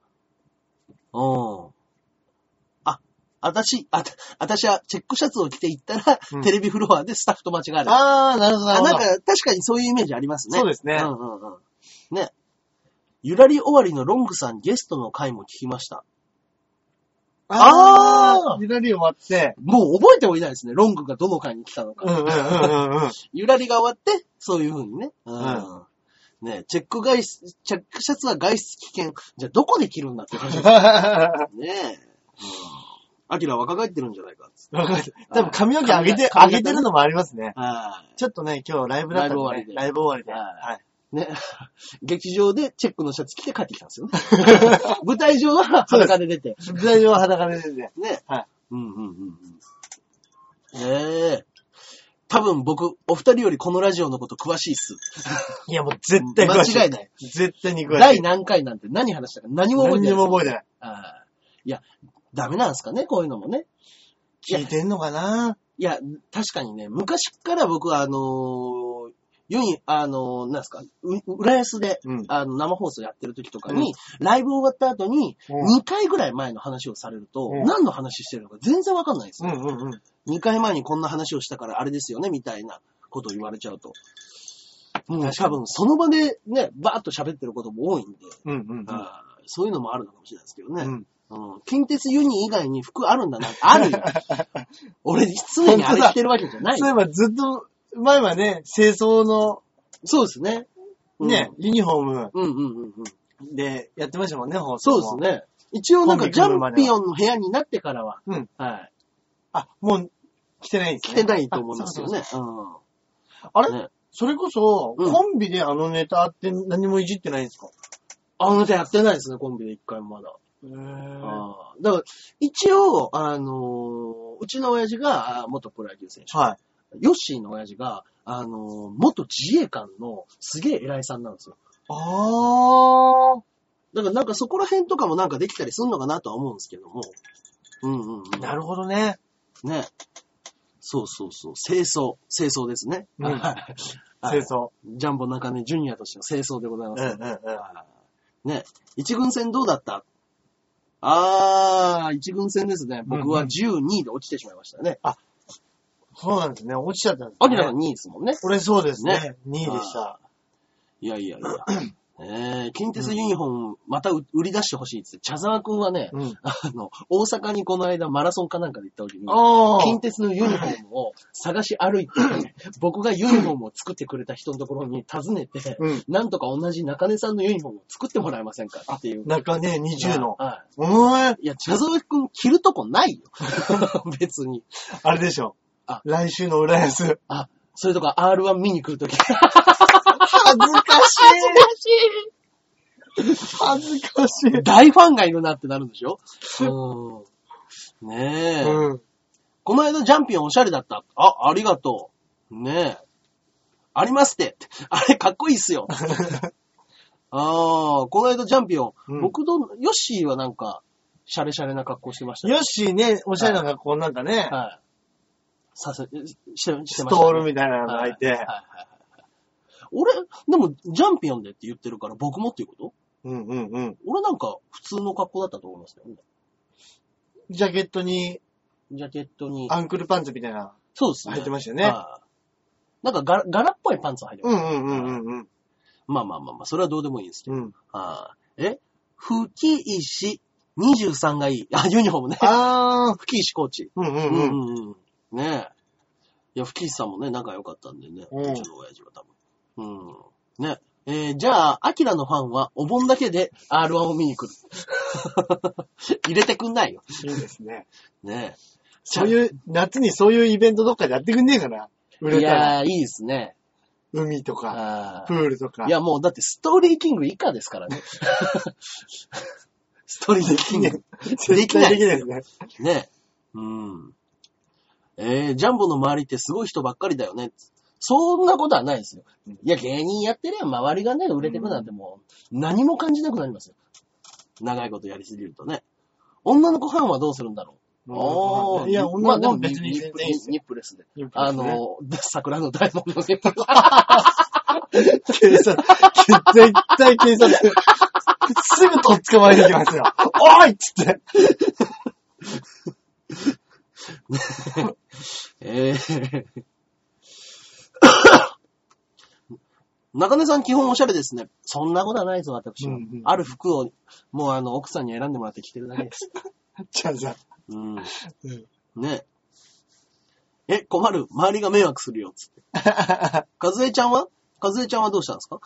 Speaker 1: うん。あ、あたし、あた、あたしはチェックシャツを着て行ったら、
Speaker 2: うん
Speaker 1: テレビフロアでスタッフと間違われた。
Speaker 2: あー、なるほど、なる
Speaker 1: あ、
Speaker 2: ほ
Speaker 1: なん
Speaker 2: ど。
Speaker 1: か、確かにそういうイメージありますね。
Speaker 2: そうですね
Speaker 1: うんうんうん。ね。ゆらり終わりのロングさんゲストの回も聞きました。
Speaker 2: あー、ゆらり終わって、
Speaker 1: もう覚えてもいないですね。ロングがどの回に来たのか。
Speaker 2: うんうんうんうんうん。
Speaker 1: ゆらりが終わって、そういう風にね。うん。
Speaker 2: うん
Speaker 1: ねチェック外出、チェックシャツは外出危険。じゃあどこで着るんだって
Speaker 2: [laughs]
Speaker 1: 話です
Speaker 2: わ
Speaker 1: ね。ねえ。アキラ若返ってるんじゃないかっつって。 [laughs]
Speaker 2: かる。多分髪の毛上げて、上
Speaker 1: 髪
Speaker 2: げ
Speaker 1: 型ね
Speaker 2: てるのもありますね。
Speaker 1: は
Speaker 2: ちょっとね、今日ライブだったんで、ね、ラ
Speaker 1: ラ
Speaker 2: イブ終わりで。
Speaker 1: はい
Speaker 2: はい。
Speaker 1: い。ね。 [laughs] 劇場でチェックのシャツ着て帰ってきたんです
Speaker 2: [laughs]
Speaker 1: よね。舞台上は裸で出て。
Speaker 2: 舞台上は裸で出て。
Speaker 1: ね。
Speaker 2: はい。
Speaker 1: うんうんうんうん。ねえ。多分僕、お二人よりこのラジオのこと詳しいっす。
Speaker 2: いや、もう絶対詳しい。
Speaker 1: 間違いない。
Speaker 2: 絶対に詳しい。
Speaker 1: 第何回なんて何話したか何も覚えて
Speaker 2: 何
Speaker 1: ない
Speaker 2: にも。覚えてない。
Speaker 1: ああいや、ダメなんですかね、こういうのもね。いや
Speaker 2: 聞いてんのかない
Speaker 1: や、確かにね、昔から僕はあのーユニ、あの、なんですか、う浦安で、
Speaker 2: うん
Speaker 1: あの、生放送やってる時とか
Speaker 2: う
Speaker 1: に、ライブ終わった後に、
Speaker 2: うん
Speaker 1: 2回ぐらい前の話をされると、
Speaker 2: うん
Speaker 1: 何の話してるのか全然わかんないんです
Speaker 2: う
Speaker 1: よ。
Speaker 2: んうんうん。
Speaker 1: 2回前にこんな話をしたからあれですよね、みたいなことを言われちゃうと。うん、
Speaker 2: 確
Speaker 1: 多
Speaker 2: かに
Speaker 1: 分その場でね、バーッと喋ってることも多いんで、
Speaker 2: うんうんうん。
Speaker 1: あーそういうのもあるのかもしれないですけどね。
Speaker 2: うん
Speaker 1: うん近鉄ユニ以外に服あるんだな。ある [laughs] よ。俺、常にあれ着てるわけじゃない
Speaker 2: そうい。えばずっと、前はね、清掃の
Speaker 1: そうですね。うん
Speaker 2: ね、ユニフォーム
Speaker 1: うんうんうんうん。
Speaker 2: でやってましたもんね、放
Speaker 1: そ
Speaker 2: 送
Speaker 1: うですね。一応なんか
Speaker 2: コンビ
Speaker 1: ジャ
Speaker 2: 組むま
Speaker 1: ン
Speaker 2: では
Speaker 1: ピオンの部屋になってからは、
Speaker 2: うん
Speaker 1: はい。
Speaker 2: あ、もう来てないんです
Speaker 1: 着
Speaker 2: ね。
Speaker 1: てないと思いますよね。
Speaker 2: あ
Speaker 1: あ
Speaker 2: れ
Speaker 1: れ
Speaker 2: それこそ、
Speaker 1: うん
Speaker 2: コンビであのネタって何もいじってないんですか
Speaker 1: あの手やってないですね、コンビで一回もまだ。
Speaker 2: へー
Speaker 1: あーだから、一応、あのーうちの親父があー元プロ野球選手。
Speaker 2: はい。
Speaker 1: ヨッシーの親父が、あのー元自衛官のすげえ偉いさんなんですよ。
Speaker 2: あー。
Speaker 1: だからなんかそこら辺とかもなんかできたりするのかなとは思うんですけども。うんうんうん。
Speaker 2: なるほどね。
Speaker 1: ね。そうそうそう。清掃。清掃ですね。
Speaker 2: うん [laughs]
Speaker 1: はい
Speaker 2: 清掃。
Speaker 1: ジャンボ中根ジュニアとしての清掃でございます。
Speaker 2: うんうん。
Speaker 1: ね。一軍戦どうだったあー、一軍戦ですね。僕は
Speaker 2: うんうん
Speaker 1: 12位で落ちてしまいましたね。
Speaker 2: そうなんですね。落ちちゃったんです
Speaker 1: アキラが
Speaker 2: ね。
Speaker 1: 2位ですもんね。
Speaker 2: 俺そうです
Speaker 1: ね
Speaker 2: ね。2位でした。
Speaker 1: いやいやいや。えー、近鉄ユニフォーム、また売売り出してほしいっつって、茶沢くんはね、
Speaker 2: うん。
Speaker 1: あの、大阪にこの間マラソンかなんかで行った時に、
Speaker 2: あー。
Speaker 1: 近鉄のユニフォームを探し歩いて、僕がユニフォームを作ってくれた人のところに訪ねて、
Speaker 2: うん。
Speaker 1: なんとか同じ中根さんのユニフォームを作ってもらえませんかっていう。
Speaker 2: 中ね、20の。
Speaker 1: は
Speaker 2: お前、
Speaker 1: い。いや、茶沢くん着るとこないよ。 [laughs] 別に。
Speaker 2: あれでしょ
Speaker 1: あ。
Speaker 2: 来週の
Speaker 1: [laughs]
Speaker 2: 浦安。
Speaker 1: あ、それとか R1 見に来るとき。恥
Speaker 2: 恥ずか
Speaker 1: ず
Speaker 2: しい。恥ずかし
Speaker 1: かし
Speaker 2: い
Speaker 1: い。。 [laughs] 大ファンがいるなってなるんでしょうん。 [laughs] ねえ。
Speaker 2: うん。
Speaker 1: この間ジャンピオンおしゃれだった。あ、ありがとう。ねえ。ありますって。あれ、かっこいいっすよ。ああ、この間ジャンピオン。
Speaker 2: うん
Speaker 1: 僕と、ヨッシーはなんか、シャレシャレな格好してましたね。
Speaker 2: よしね、おしゃれな格好なんかね、
Speaker 1: はい。させ、して、して
Speaker 2: ス
Speaker 1: ま
Speaker 2: ト
Speaker 1: した、
Speaker 2: ールみたいなの
Speaker 1: は
Speaker 2: 履
Speaker 1: い
Speaker 2: いて
Speaker 1: はいはい。はい俺、でも、ジャンピオンでって言ってるから僕もっていうこと
Speaker 2: うんうんうん。
Speaker 1: 俺なんか普通の格好だったと思いますけどね。
Speaker 2: ジャケットに
Speaker 1: ジャケットに。
Speaker 2: アンクルパンツみたいな。
Speaker 1: そうですね。
Speaker 2: 入ってましたよね
Speaker 1: はいなんか柄、柄っぽいパンツは入ってまし
Speaker 2: うん
Speaker 1: た。
Speaker 2: うんうんうんうん。
Speaker 1: まあまあまあまあ、それはどうでもいいんですけど
Speaker 2: うん。
Speaker 1: あーえ吹石23がいい。あ、ユニフォームね。
Speaker 2: あー。
Speaker 1: 吹石コーチ。
Speaker 2: うんう
Speaker 1: うんんう
Speaker 2: うん。
Speaker 1: んうん。ねえ。いや、吹石さんもね、仲良かったんでね。
Speaker 2: うん
Speaker 1: うちの親父は多分。うん。ねえーじゃあ、アキラのファンはお盆だけで R1 を見に来る。 [laughs] 入れてくんないよ。
Speaker 2: いいですね。
Speaker 1: ねえ。
Speaker 2: そういう、夏にそういうイベントどっかでやってくんねえかな。売れ
Speaker 1: い
Speaker 2: たら。
Speaker 1: やー、いいですね。
Speaker 2: 海とか、
Speaker 1: あ
Speaker 2: プ
Speaker 1: ー
Speaker 2: ールとか。
Speaker 1: いや、もうだってストーリーキング以下ですから
Speaker 2: [laughs]
Speaker 1: ね。ストーリーキング。
Speaker 2: 絶対できないですね。
Speaker 1: ね。うん。えー、ジャンボの周りってすごい人ばっかりだよね。そんなことはないですよ。いや、芸人やってりゃ周りがね、売れてくなんてもう何も感じなくなりますよ。長いことやりすぎるとね。女の子ファンはどうするんだろう。ー
Speaker 2: いや、女の子
Speaker 1: まあ
Speaker 2: は別に
Speaker 1: でも
Speaker 2: 全然いいですよ。
Speaker 1: ニップレスで。
Speaker 2: ニップレ
Speaker 1: あ
Speaker 2: スね
Speaker 1: の、桜の大門のニップレス
Speaker 2: 警察、絶対警察、すぐとっ捕まえてきますよ。おいっつって。
Speaker 1: えー中根さん基本おしゃれですね。そんなことはないぞ、私は。
Speaker 2: うんうん
Speaker 1: ある服を、もうあの、奥さんに選んでもらって着てるだけです。
Speaker 2: じゃあさ、
Speaker 1: うん。
Speaker 2: うん
Speaker 1: ねえ。え、困る。周りが迷惑するよ、つっ
Speaker 2: [laughs]
Speaker 1: て。かずえちゃんはかずえちゃんはどうしたんですか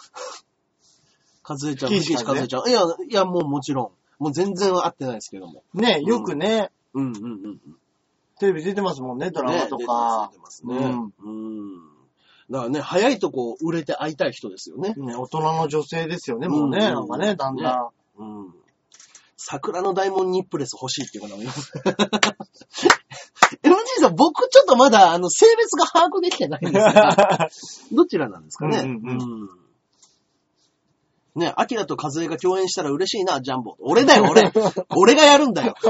Speaker 1: かずえちゃん、
Speaker 2: 岸さ
Speaker 1: か
Speaker 2: んね
Speaker 1: ずえちゃん。いや、いや、もうもちろん。もう全然会ってないですけども。
Speaker 2: ね、よくね、
Speaker 1: うんうんうんうん。
Speaker 2: テレビ出てますもんね、ドラマと
Speaker 1: ね
Speaker 2: か。
Speaker 1: 出てます出てますね。うん。だからね、早いとこ売れて会いたい人ですよね。
Speaker 2: ね、大人の女性ですよね、もうね、
Speaker 1: うん
Speaker 2: なんかね、だんだん。
Speaker 1: うん。桜の大門ニップレス欲しいっていうことなのよ。MG さん、僕ちょっとまだ、あの、性別が把握できてないんです [laughs] が、どちらなんですかね。
Speaker 2: うんうん
Speaker 1: んね、ア [laughs] キラとカズエが共演したら嬉しいな、ジャンボ。俺だよ、俺。俺がやるんだよ。
Speaker 2: [laughs]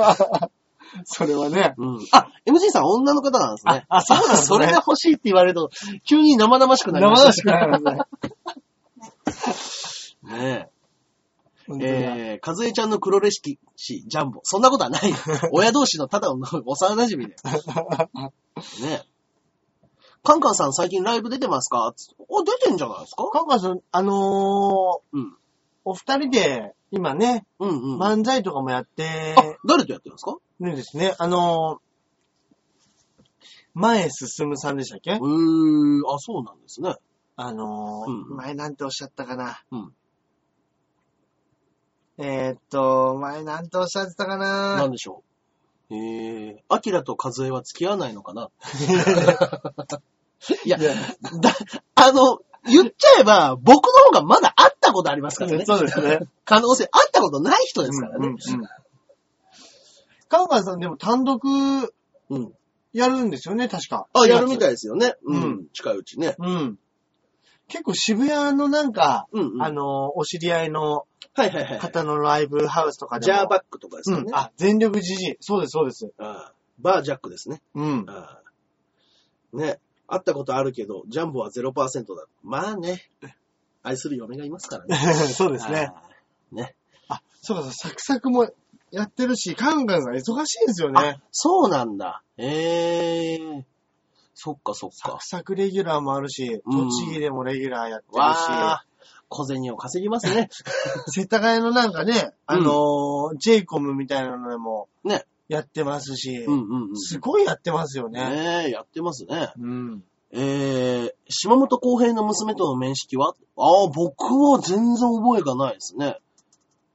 Speaker 2: それはね。
Speaker 1: うん。あ、MG さん女の方なんですね。
Speaker 2: ああそうなんですね
Speaker 1: それが欲しいって言われると、急に生々しくな
Speaker 2: 生
Speaker 1: りました
Speaker 2: 々しくないもんね。
Speaker 1: ね
Speaker 2: 本当に
Speaker 1: え。えー、かずえちゃんの黒レシピ、ジャンボ。そんなことは
Speaker 2: [laughs]
Speaker 1: ない。親同士のただの幼馴染で。ねえ。カンカンさん最近ライブ出てますかつお、出てんじゃないですか
Speaker 2: カンカンさん、あのー、
Speaker 1: うん。
Speaker 2: お二人で、今ね、
Speaker 1: うんうん。あ、
Speaker 2: 漫才とかもやって
Speaker 1: 誰とやってるんですか
Speaker 2: るんですね。あのー、前進さんでしたっけ
Speaker 1: うー、あ、そうなんですね。
Speaker 2: あのー
Speaker 1: うん
Speaker 2: 前なんておっしゃったかな。
Speaker 1: うん
Speaker 2: えーっと、前なんておっしゃってたか
Speaker 1: な
Speaker 2: な。
Speaker 1: んでしょう。えー、アキラとカズエは付き合わないのか
Speaker 2: [laughs]
Speaker 1: ないや、
Speaker 2: いや
Speaker 1: だ、あの、言っちゃえば、僕の方がまだ会ったことありますからね。
Speaker 2: そうですね。
Speaker 1: 可能性、会ったことない人ですから
Speaker 2: うん
Speaker 1: ね
Speaker 2: うん。うんカンカンさんでも単独
Speaker 1: うん。
Speaker 2: やるんですよね、確か。
Speaker 1: あ、やるみた
Speaker 2: い。
Speaker 1: いですよね。う。
Speaker 2: うん
Speaker 1: 近いうちね。
Speaker 2: うん。結構渋谷のなんか、
Speaker 1: うんうん。
Speaker 2: あ
Speaker 1: はい
Speaker 2: のー、お知り合いの
Speaker 1: はいはい。
Speaker 2: 方のライブハウスとかで
Speaker 1: ジ
Speaker 2: も。
Speaker 1: ャーバックとかですよ
Speaker 2: う
Speaker 1: ね
Speaker 2: ん。。あ、全力じじい。そうです、そうです。
Speaker 1: あバージャックですね。
Speaker 2: うん。 [laughs]
Speaker 1: あね。会ったことあるけど、ジャンボは0%だ。まあね。愛する嫁がいますからね。
Speaker 2: そうですね。
Speaker 1: あー。ね。
Speaker 2: あ、そうかそう、サクサクもやってるし、カンカンさん忙しいんですよね
Speaker 1: あ。、そうなんだ。ええー。そっかそっ
Speaker 2: サ
Speaker 1: か
Speaker 2: ク。サクレギュラーもあるし、
Speaker 1: うん
Speaker 2: 栃木でもレギュラーやってる
Speaker 1: わ
Speaker 2: し、
Speaker 1: あ、小銭を稼ぎますね。
Speaker 2: 世田谷のなんかね、あのー、ジェイコムみたいなのでも、
Speaker 1: ね
Speaker 2: やってますし
Speaker 1: う、んうんうん。
Speaker 2: すごいやってますよね。
Speaker 1: ねえ、やってますね。
Speaker 2: うん。
Speaker 1: えー、島本公平の娘との面識はああ、僕は全然覚えがないですね。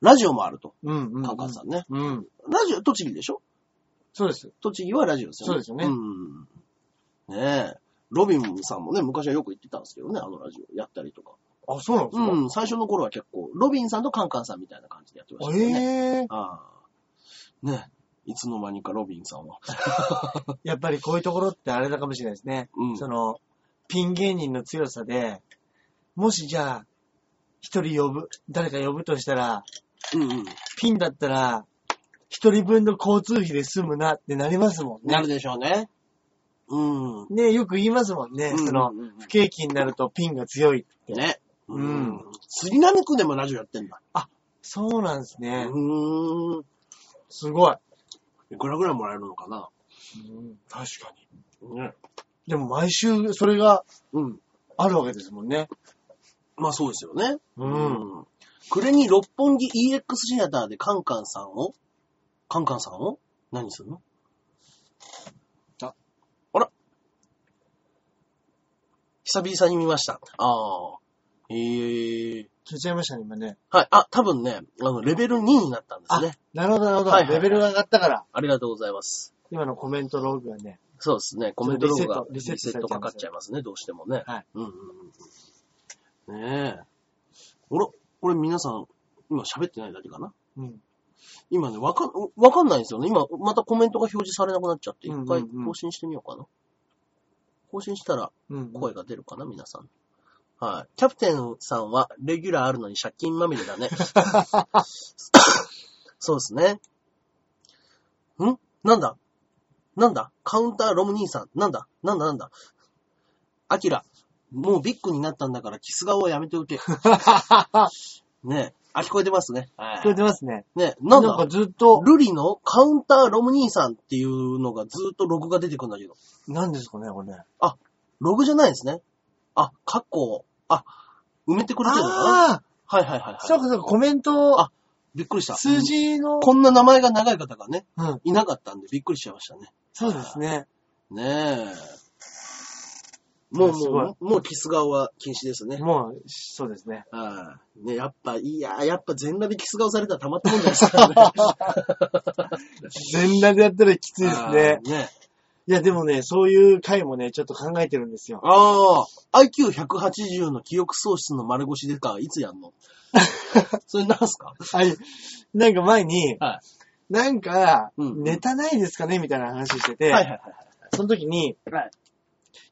Speaker 1: ラジオもあると。
Speaker 2: うんうん。
Speaker 1: カンカンさんね。
Speaker 2: うん。
Speaker 1: ラジオ、栃木でしょ
Speaker 2: そうです。
Speaker 1: 栃木はラジオですよね。
Speaker 2: そうですよね
Speaker 1: うん。ねえ。ロビンさんもね、昔はよく行ってたんですけどね、あのラジオやったりとか。
Speaker 2: あ、そうなんですか
Speaker 1: うん、最初の頃は結構、ロビンさんとカンカンさんみたいな感じでやってましたよね。
Speaker 2: ええ
Speaker 1: ああ。ねえ。いつの間にかロビンさんは。
Speaker 2: やっぱりこういうところってあれだかもしれないですね。
Speaker 1: うん
Speaker 2: その、ピン芸人の強さで、もしじゃあ、一人呼ぶ、誰か呼ぶとしたら、
Speaker 1: うんうん。
Speaker 2: ピンだったら、一人分の交通費で済むなってなりますもん
Speaker 1: な
Speaker 2: ね
Speaker 1: る。でしょうね。うん。
Speaker 2: ね、よく言いますもんね。その
Speaker 1: うん、うんうん
Speaker 2: 不景気になるとピンが強いって。
Speaker 1: ね。
Speaker 2: うん。
Speaker 1: 杉並区でもラジオやってんだ。
Speaker 2: そうなんです
Speaker 1: う
Speaker 2: ね。
Speaker 1: ーん。
Speaker 2: すごい。
Speaker 1: いくらぐらいもらえるのかな
Speaker 2: 確かに。
Speaker 1: ね。
Speaker 2: でも毎週それが
Speaker 1: うん。
Speaker 2: あるわけですもんね。
Speaker 1: まあそうですよね。
Speaker 2: うん。
Speaker 1: う。暮れに六本木 EX シアターでカンカンさんをカンカンさんを何するの
Speaker 2: あ、
Speaker 1: あら。久々に見ました。ああ。ええ
Speaker 2: 消えちゃいましたね、今ね。
Speaker 1: はい。あ、多分ね、あの、レベル2になったんですね。
Speaker 2: なるほど、なるほど。
Speaker 1: はいはいは
Speaker 2: レ
Speaker 1: い
Speaker 2: ベルが上がったから、
Speaker 1: ありがとうございます。
Speaker 2: 今のコメントログがね。
Speaker 1: そうですね。コメントログが
Speaker 2: リセットリセットさ
Speaker 1: か
Speaker 2: れちゃいます
Speaker 1: かっちゃいますね、どうしてもね。
Speaker 2: はい。
Speaker 1: うんうんうんうん。ねえ。あら、これ皆さん、今喋ってないだけかな
Speaker 2: うん。
Speaker 1: 今ね、わかん、わかんないんですよね。今、またコメントが表示されなくなっちゃって、一
Speaker 2: うんうんうん
Speaker 1: 回更新してみようかな。更新したら
Speaker 2: うん。
Speaker 1: 声が出るかな、皆さん。はい。キャプテンさんは、レギュラーあるのに借金まみれだ [laughs] ね。そうですね。んなんだなんだカウンターロム兄さん。なんだなんだなんだアキラ、もうビッグになったんだからキス顔はやめておけ。 [laughs] ねえ。あ、聞こえてますね。
Speaker 2: 聞こえてますね。
Speaker 1: ねえ、なん
Speaker 2: か
Speaker 1: だ
Speaker 2: ずっと、
Speaker 1: ルリのカウンターロム兄さんっていうのがずっとログが出てくるんだけど。
Speaker 2: 何ですかね、これね。
Speaker 1: ログじゃないですね。あ、カッコ、あ、埋めてくれてるのかな
Speaker 2: ああ
Speaker 1: はいはいはい、
Speaker 2: ー、そ
Speaker 1: は
Speaker 2: う
Speaker 1: い。
Speaker 2: かそうか、コメント、
Speaker 1: あびっくりした。
Speaker 2: 数字の、
Speaker 1: こんな名前が長い方がね、
Speaker 2: うん、
Speaker 1: いなかったんでびっくりしちゃいましたね。
Speaker 2: そうですね。
Speaker 1: ねえ。もう
Speaker 2: すごい
Speaker 1: もう、もうキス顔は禁止ですね。
Speaker 2: もう、そうですね。
Speaker 1: ああね、やっぱ、いやー、やっぱ全裸でキス顔されたらたまったもんじゃないです
Speaker 2: [laughs]
Speaker 1: からね。
Speaker 2: 全裸でやったらきついですね。
Speaker 1: ああね。
Speaker 2: いや、でもね、そういう回もね、ちょっと考えてるんですよ。
Speaker 1: ああ、IQ180 の記憶喪失の丸腰でか、いつや
Speaker 2: [laughs]
Speaker 1: んのそれなんすか
Speaker 2: はい。なんか前に、
Speaker 1: は
Speaker 2: なんか、
Speaker 1: うん
Speaker 2: ネタないですかねみたいな話してて、
Speaker 1: はいはい
Speaker 2: その時に、
Speaker 1: はい。はい。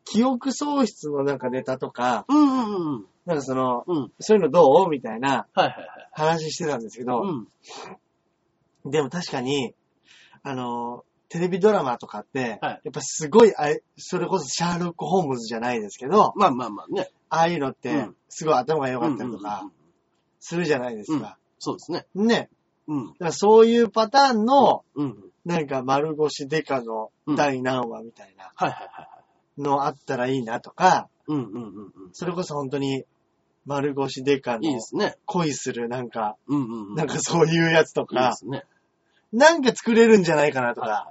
Speaker 2: 記憶喪失のなんかネタとか、
Speaker 1: うんうんうん。
Speaker 2: なんかその、
Speaker 1: うん。
Speaker 2: そういうのどうみたいな
Speaker 1: はいはいはい。
Speaker 2: 話してたんですけど、
Speaker 1: うん。
Speaker 2: でも確かに、あの、テレビドラマとかって、
Speaker 1: はい
Speaker 2: やっぱすごいあい、それこそシャーロック・ホームズじゃないですけど、
Speaker 1: まあまあまあね。
Speaker 2: ああいうのっ
Speaker 1: う
Speaker 2: て
Speaker 1: ん、
Speaker 2: すごい頭が良かったりと
Speaker 1: うんうん
Speaker 2: か
Speaker 1: うん、
Speaker 2: するじゃないですか。
Speaker 1: そうですね。
Speaker 2: ね。
Speaker 1: うん。
Speaker 2: だからそういうパターンの、
Speaker 1: うん。
Speaker 2: なんか丸腰デカの第何話みたいな
Speaker 1: はいはいはいはい。
Speaker 2: のあったらいいなとか、
Speaker 1: うんうんうんうん。
Speaker 2: それこそ本当に丸腰デ
Speaker 1: い
Speaker 2: カ
Speaker 1: いで
Speaker 2: の
Speaker 1: すね。
Speaker 2: 恋するなんか、
Speaker 1: うんうんうん。
Speaker 2: なんかそういうやつと
Speaker 1: いいで
Speaker 2: か、
Speaker 1: すね。
Speaker 2: なんか作れるんじゃないかなとか。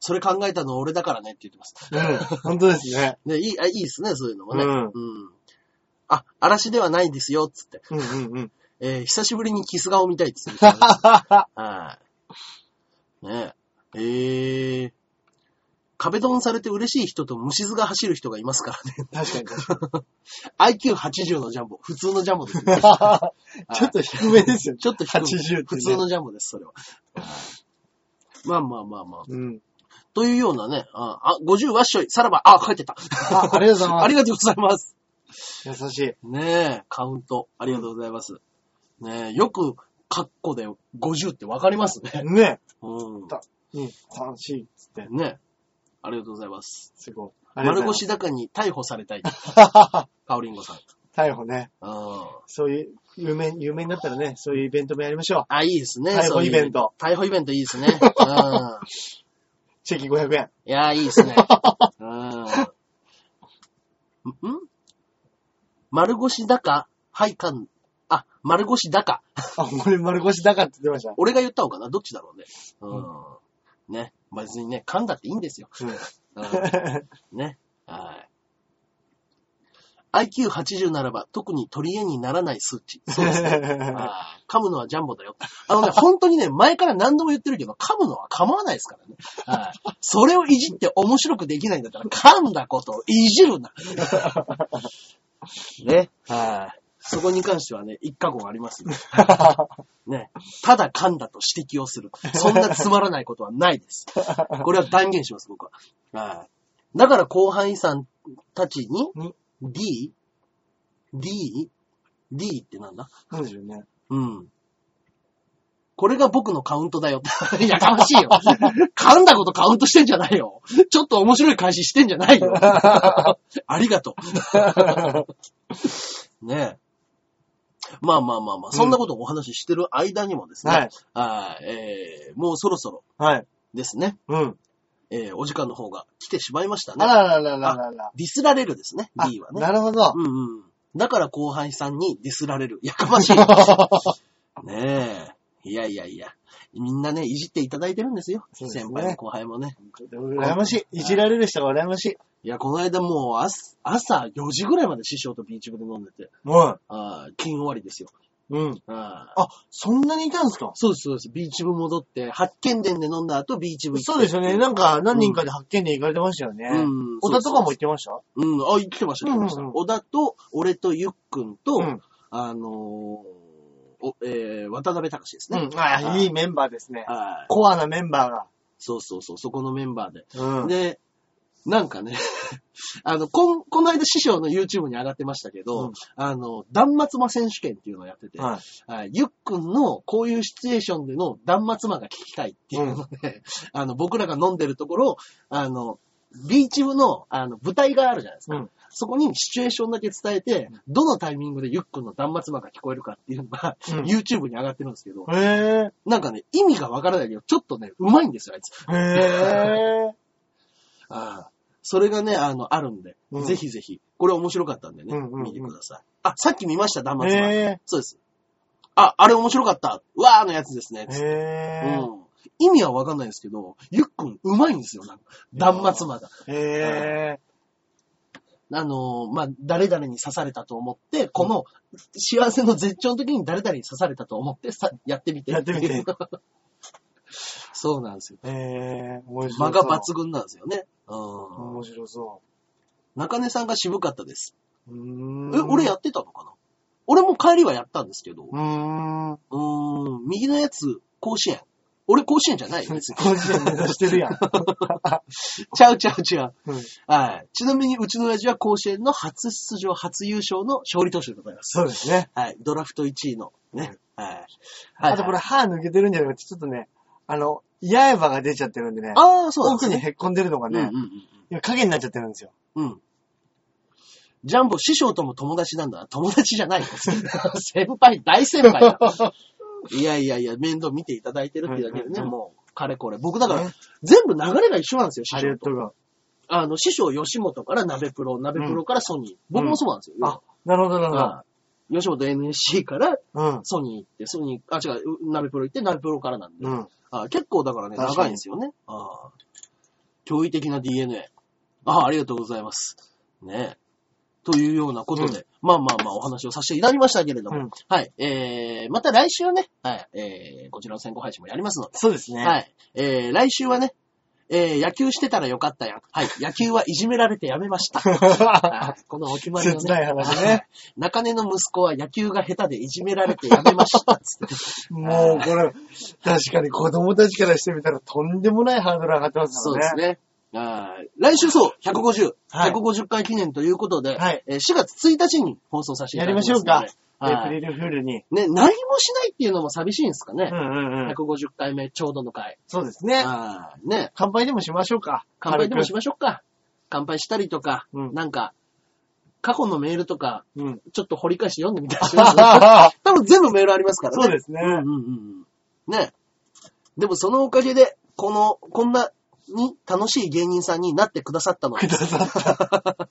Speaker 1: それ考えたの俺だからねって言ってます。
Speaker 2: うん。本当ですね。
Speaker 1: [laughs] ね、いい、あいいですね、そういうのもね。
Speaker 2: う
Speaker 1: うんん。あ、嵐ではないですよ、つって。
Speaker 2: うんうん
Speaker 1: [laughs]
Speaker 2: うん。
Speaker 1: えー久しぶりにキス顔見たいっつってま [laughs] したね、はい。ねえ。えー。壁ドンされて嬉しい人と虫図が走る人がいますからね。
Speaker 2: 確かに確か
Speaker 1: IQ80 のジャンボ。普通のジャンボ [laughs] ですね。
Speaker 2: に。 [laughs] ちょっと低めですよ。
Speaker 1: ちょっと低い
Speaker 2: 80って
Speaker 1: [laughs] 普
Speaker 2: ね
Speaker 1: 通のジャンボです、それは。まあまあまあまあ。
Speaker 2: うん。
Speaker 1: というようなね。あ、あ50はっしょい。さらば、あ、書いてた。
Speaker 2: あありがとうございます
Speaker 1: [laughs] ありがとうございます。
Speaker 2: 優しい。
Speaker 1: ねえ、カウント。ありがとうございます。ねえ、よく、カッコで50ってわかりますね。
Speaker 2: ね。
Speaker 1: うん。
Speaker 2: うん。楽しいっつって。
Speaker 1: ねえ。ありがとうございます。
Speaker 2: すごい。ありがと
Speaker 1: 丸
Speaker 2: うござい
Speaker 1: 腰高に逮捕されたい。
Speaker 2: [laughs] ます。
Speaker 1: カオリンゴさん。
Speaker 2: 逮捕ね。
Speaker 1: うん。
Speaker 2: そういう、有名、有名になったらね、そういうイベントもやりましょ
Speaker 1: あ、いいですね。
Speaker 2: 逮捕
Speaker 1: そういう
Speaker 2: イベント。
Speaker 1: 逮捕イベントいいです
Speaker 2: [laughs]
Speaker 1: ね。うん。
Speaker 2: う。チェキ500円。
Speaker 1: いやー、いいですね。うん。ん丸腰高、はいかん、あ、丸腰高。
Speaker 2: あ、俺丸腰だかって言ってました。
Speaker 1: 俺が言ったのかなどっちだろうね。うん。ね。別にね、噛んだっていいんですよ。 [laughs] うん、ね。はい。IQ80 ならば、特に取り柄にならない数値。そうですね。はい [laughs] 噛むのはジャンボだよ。あのね、 [laughs] 本当にね、前から何度も言ってるけど、噛むのは構わないですからね。はい。それをいじって面白くできないんだったら、噛んだことをいじるな。 [laughs] ね。はい。そこに関してはね、一過言あります [laughs] ね。ね。ただ噛んだと指摘をする。そんなつまらないことはないです。これは断言します、僕は。はい。だから後輩さんたちに D、
Speaker 2: に、
Speaker 1: D、D ってなんだ
Speaker 2: なんでしょうね。
Speaker 1: うん。これが僕のカウントだよ。 [laughs] いや、悲
Speaker 2: [laughs]
Speaker 1: しいよ。噛んだことカウントしてんじゃないよ。ちょっと面白い返ししてんじゃない
Speaker 2: [laughs]
Speaker 1: よ。ありがとう。ねえ。まあまあまあまあ、そんなことをお話ししてる間にもですね、
Speaker 2: はい。
Speaker 1: はいえーもうそろそろ
Speaker 2: はい。
Speaker 1: ですね、
Speaker 2: うん。
Speaker 1: えーお時間の方が来てしまいました
Speaker 2: あ
Speaker 1: ね。
Speaker 2: らららららら。
Speaker 1: ディスられるですね、
Speaker 2: あ
Speaker 1: D はね。
Speaker 2: なるほど。
Speaker 1: うんうん。だから後輩さんにディスられる。やか
Speaker 2: [laughs]
Speaker 1: ましい。ねえ。いやいやいや。みんなね、いじっていただいてるんですよ。
Speaker 2: そうですね
Speaker 1: 先輩も後輩もね。
Speaker 2: [laughs] 羨ま [laughs] しい。いじられる人が羨ましい。
Speaker 1: いや、この間もう朝朝4時ぐらいまで師匠とビーチ部で飲んでて、
Speaker 2: も
Speaker 1: あー金終わりですよ。
Speaker 2: う、うん。
Speaker 1: あー
Speaker 2: あ、そんなにいたんすか
Speaker 1: そうです、そうです。ビーチ部戻って、発見殿で飲んだ後、ビーチ部行って。
Speaker 2: そうですよね。なんか、何人かで発見で行かれてましたよね。
Speaker 1: うん
Speaker 2: 小田とかも行ってました
Speaker 1: うん、あ、行ってました、行ってました。
Speaker 2: うんうんうん
Speaker 1: 小田と、俺とゆっくんと、
Speaker 2: うん
Speaker 1: あのーおえー渡辺隆ですね。
Speaker 2: うん。あ、いいメンバーですね。
Speaker 1: はい。
Speaker 2: コアなメンバーが。
Speaker 1: そうそうそう、そこのメンバーで。
Speaker 2: うん。
Speaker 1: で、なんかね、 [laughs] あの、こん、この間師匠の YouTube に上がってましたけど、
Speaker 2: うん
Speaker 1: あの、断末魔選手権っていうのをやってて、
Speaker 2: は
Speaker 1: はいゆっくんのこういうシチュエーションでの断末魔が聞きたいっていうので、 [laughs] あの、僕らが飲んでるところ、あの、ビーチ部の、あの、舞台があるじゃないですか。
Speaker 2: うん
Speaker 1: そこにシチュエーションだけ伝えて、どのタイミングでゆっくんの断末魔が聞こえるかっていうのが、
Speaker 2: うん
Speaker 1: YouTube に上がってるんですけど、
Speaker 2: い。へ
Speaker 1: なんかね、意味がわからないけど、ちょっとね、うまいんですよ、あいつ。
Speaker 2: ぇー。へぇー。
Speaker 1: ああ。それがね、あの、あるんで、
Speaker 2: うん
Speaker 1: ぜひぜひ。これ面白かったんでね、
Speaker 2: うんうんうん
Speaker 1: 見てください。あ、さっき見ました、ダマツマ。
Speaker 2: へ
Speaker 1: そうです。あ、あれ面白かった。うわーのやつですね
Speaker 2: ぇ。ー。へ
Speaker 1: う
Speaker 2: ぇ
Speaker 1: ん意味はわかんないですけど、ゆっくんうまいんですよ、なんか。断末魔が。
Speaker 2: ー。へ
Speaker 1: あのーまあ、誰々に刺されたと思って、この、幸せの絶頂の時に誰々に刺されたと思って、さ、やってみて。
Speaker 2: やってみて。
Speaker 1: [laughs] そうなんですよ。
Speaker 2: ぇー。へぇー。面白そう。
Speaker 1: 間が抜群なんですよね。うん。
Speaker 2: 面白そ
Speaker 1: 中根さんが渋かったです。
Speaker 2: う。うーん。
Speaker 1: え、俺やってたのかな俺も帰りはやったんですけど、う
Speaker 2: うーん。
Speaker 1: ーん、右のやつ、甲子園。俺甲子園じゃないよ、別に。
Speaker 2: 個人で目指してる
Speaker 1: [laughs]
Speaker 2: やん。
Speaker 1: ちゃうちゃうちゃう。
Speaker 2: うん
Speaker 1: はい。ちなみに、うちの親父は甲子園の初出場、初優勝の勝利投手でございます。
Speaker 2: そうですね。
Speaker 1: はい。ドラフト1位の、ね。はい。はい、
Speaker 2: あとこれ、歯抜けてるんじゃなくて、ちょっとね、あの、八重歯が出ちゃってるんでね、
Speaker 1: ああ、そうなんで
Speaker 2: 奥
Speaker 1: す
Speaker 2: に
Speaker 1: ね。
Speaker 2: へっこんでるのがね、
Speaker 1: うんうんうん
Speaker 2: 今影になっちゃってるんですよ。
Speaker 1: うん。うん。ジャンボ、師匠とも友達なんだな。友達じ [laughs] ゃない。先輩、大先輩だ。いやいやいや、面倒見ていただいてるっていうだけで
Speaker 2: うんうん
Speaker 1: ね、
Speaker 2: うん
Speaker 1: もう、かれこれ。僕だから
Speaker 2: ね、
Speaker 1: 全部流れが一緒なんですよ、師
Speaker 2: ハリ
Speaker 1: 匠
Speaker 2: ウッ
Speaker 1: と。
Speaker 2: ドが。
Speaker 1: あの、師匠、吉本から鍋プロ、鍋プロからソニー。僕もそうなんですよ。
Speaker 2: あ、なるほど、なるほど。
Speaker 1: はい吉本 NSC から
Speaker 2: うん。
Speaker 1: ソニー行って、ソニー、あ、違う、鍋プロ行って、鍋プロからなんで。
Speaker 2: うん。
Speaker 1: あ結構だからね、
Speaker 2: 確かに
Speaker 1: 長いんですよね。あ驚異的な DNA。あありがとうございます。ねえ。というようなことで、まあまあまあお話をさせていただきましたけれども、
Speaker 2: うん
Speaker 1: はい、えー、また来週ね、はい、えー、こちらの先行配信もやりますの
Speaker 2: そうです
Speaker 1: で、
Speaker 2: ね。
Speaker 1: はい、えー、来週はね、えー、野球してたらよかったやん。
Speaker 2: [laughs]
Speaker 1: はい、野球はいじめられてやめました。はいこのお決まりのね。
Speaker 2: [laughs] 切ない
Speaker 1: [laughs]
Speaker 2: 話ね。
Speaker 1: 中根の息子は野球が下手でいじめられてやめました。つって
Speaker 2: もうこれ、確かに子供たちからしてみたらとんでもないハードル上がってます
Speaker 1: そう
Speaker 2: か
Speaker 1: で
Speaker 2: ら
Speaker 1: す
Speaker 2: ね。
Speaker 1: ね。はい来週そう、150、
Speaker 2: はい
Speaker 1: 150回記念ということで、
Speaker 2: はい
Speaker 1: えー4月1日に放送させていただきますので。
Speaker 2: やりまし
Speaker 1: は
Speaker 2: エイ
Speaker 1: い
Speaker 2: プリルフールに。
Speaker 1: ね、何もしないっていうのも寂しいんですかね
Speaker 2: う。んうんうん。
Speaker 1: 150回目ちょうどの回。
Speaker 2: そうですね。
Speaker 1: はいね、
Speaker 2: 乾杯でもしましょうか。
Speaker 1: 乾杯でもし
Speaker 2: ま
Speaker 1: ましょうか。乾杯したりとか、
Speaker 2: うん
Speaker 1: なんか、過去のメールとか、
Speaker 2: しょうん。
Speaker 1: ちょっと掘り返して読んでみたりします、
Speaker 2: [laughs]
Speaker 1: ね。 [laughs] 多分全部メールありますからね。
Speaker 2: そうですね。
Speaker 1: うんうんうん。ね。でもそのおかげで、この、こんなに楽しい芸人さんになってくださったので
Speaker 2: くださった。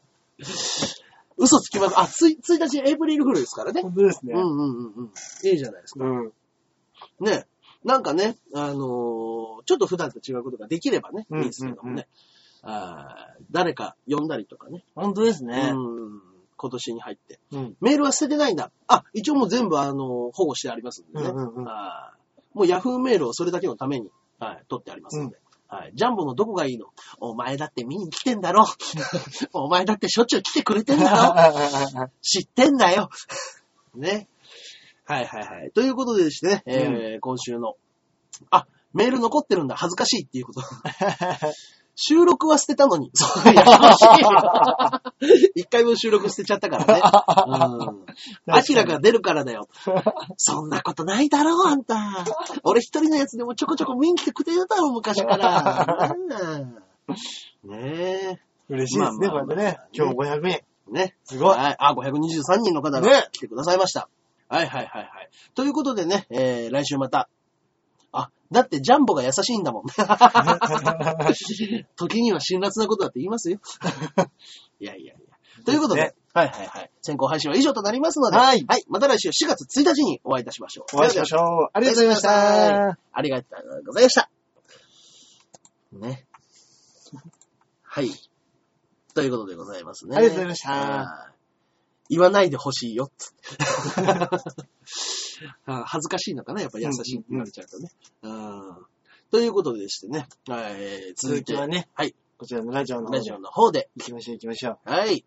Speaker 1: 嘘つきます。あ、つい、1日エイプリルフールですからね。
Speaker 2: 本当ですね
Speaker 1: う。んうんうんうん。いいじゃないですか。
Speaker 2: うん。
Speaker 1: ね。なんかね、あのーちょっと普段と違うことができればね、い
Speaker 2: うん
Speaker 1: いですけどもね。あー誰か呼んだりとかね。
Speaker 2: 本当ですね
Speaker 1: う。ん今年に入って。
Speaker 2: うん。
Speaker 1: メールは捨ててないんだ。あ、一応もう全部あの、保護してありますんでね。
Speaker 2: うんうんうん
Speaker 1: あーもうヤフーメールをそれだけのために、はい、取ってありますので。はい。ジャンボのどこがいいのお前だって見に来てんだ
Speaker 2: [laughs]
Speaker 1: ろお前だってしょっちゅう来てくれてんだろ知ってんだよ [laughs] ね。はいはいはい。ということでですね、えー今週の、あ、メール残ってるんだ。恥ずかしいっていう [laughs] こと。収録は捨てたのに。そう、やかま [laughs] しい。一回も収録捨てちゃったからね。うん。アキラが出るからだ [laughs] よ。そんなことないだろう、あんた。俺一人のやつでもちょこちょこ見に来てくれただろ、昔 [laughs] から。うんね
Speaker 2: 嬉しいですね、
Speaker 1: ま
Speaker 2: こ
Speaker 1: あまあまあ
Speaker 2: れね。今日500円。 [laughs]
Speaker 1: え。ね。
Speaker 2: すごい。
Speaker 1: はい。あ、523人の方が
Speaker 2: ね
Speaker 1: 来てくださいました。はいはいはいはい。ということでね、えー、来週また。あ、だってジャンボが優しいんだも
Speaker 2: [laughs]
Speaker 1: ん。時には辛辣なことだって言い
Speaker 2: [laughs]
Speaker 1: ますよ。いやいやいや。ということで、
Speaker 2: ね
Speaker 1: はいはいはい。先行配信は以上となりますので、
Speaker 2: はい
Speaker 1: また来週4月1日にお会いいたしましょう。
Speaker 2: お会いしましょう。あ
Speaker 1: あ
Speaker 2: りがとうございました。。
Speaker 1: ありがとうございました。ね。はい。ということでございますね。
Speaker 2: ありがとうございました
Speaker 1: はい。 [laughs] 言わないでほしいよっつ
Speaker 2: [laughs]
Speaker 1: って。あ恥ずかしいのかなやっぱ優しいって言われちゃうとね。うん。ということでしてね。はい。続
Speaker 2: 続
Speaker 1: いて
Speaker 2: き、はね、
Speaker 1: はい。
Speaker 2: こちらのラジオの方
Speaker 1: ラ
Speaker 2: に
Speaker 1: ジオの方で。
Speaker 2: 行きましょう行きましょう。
Speaker 1: はい。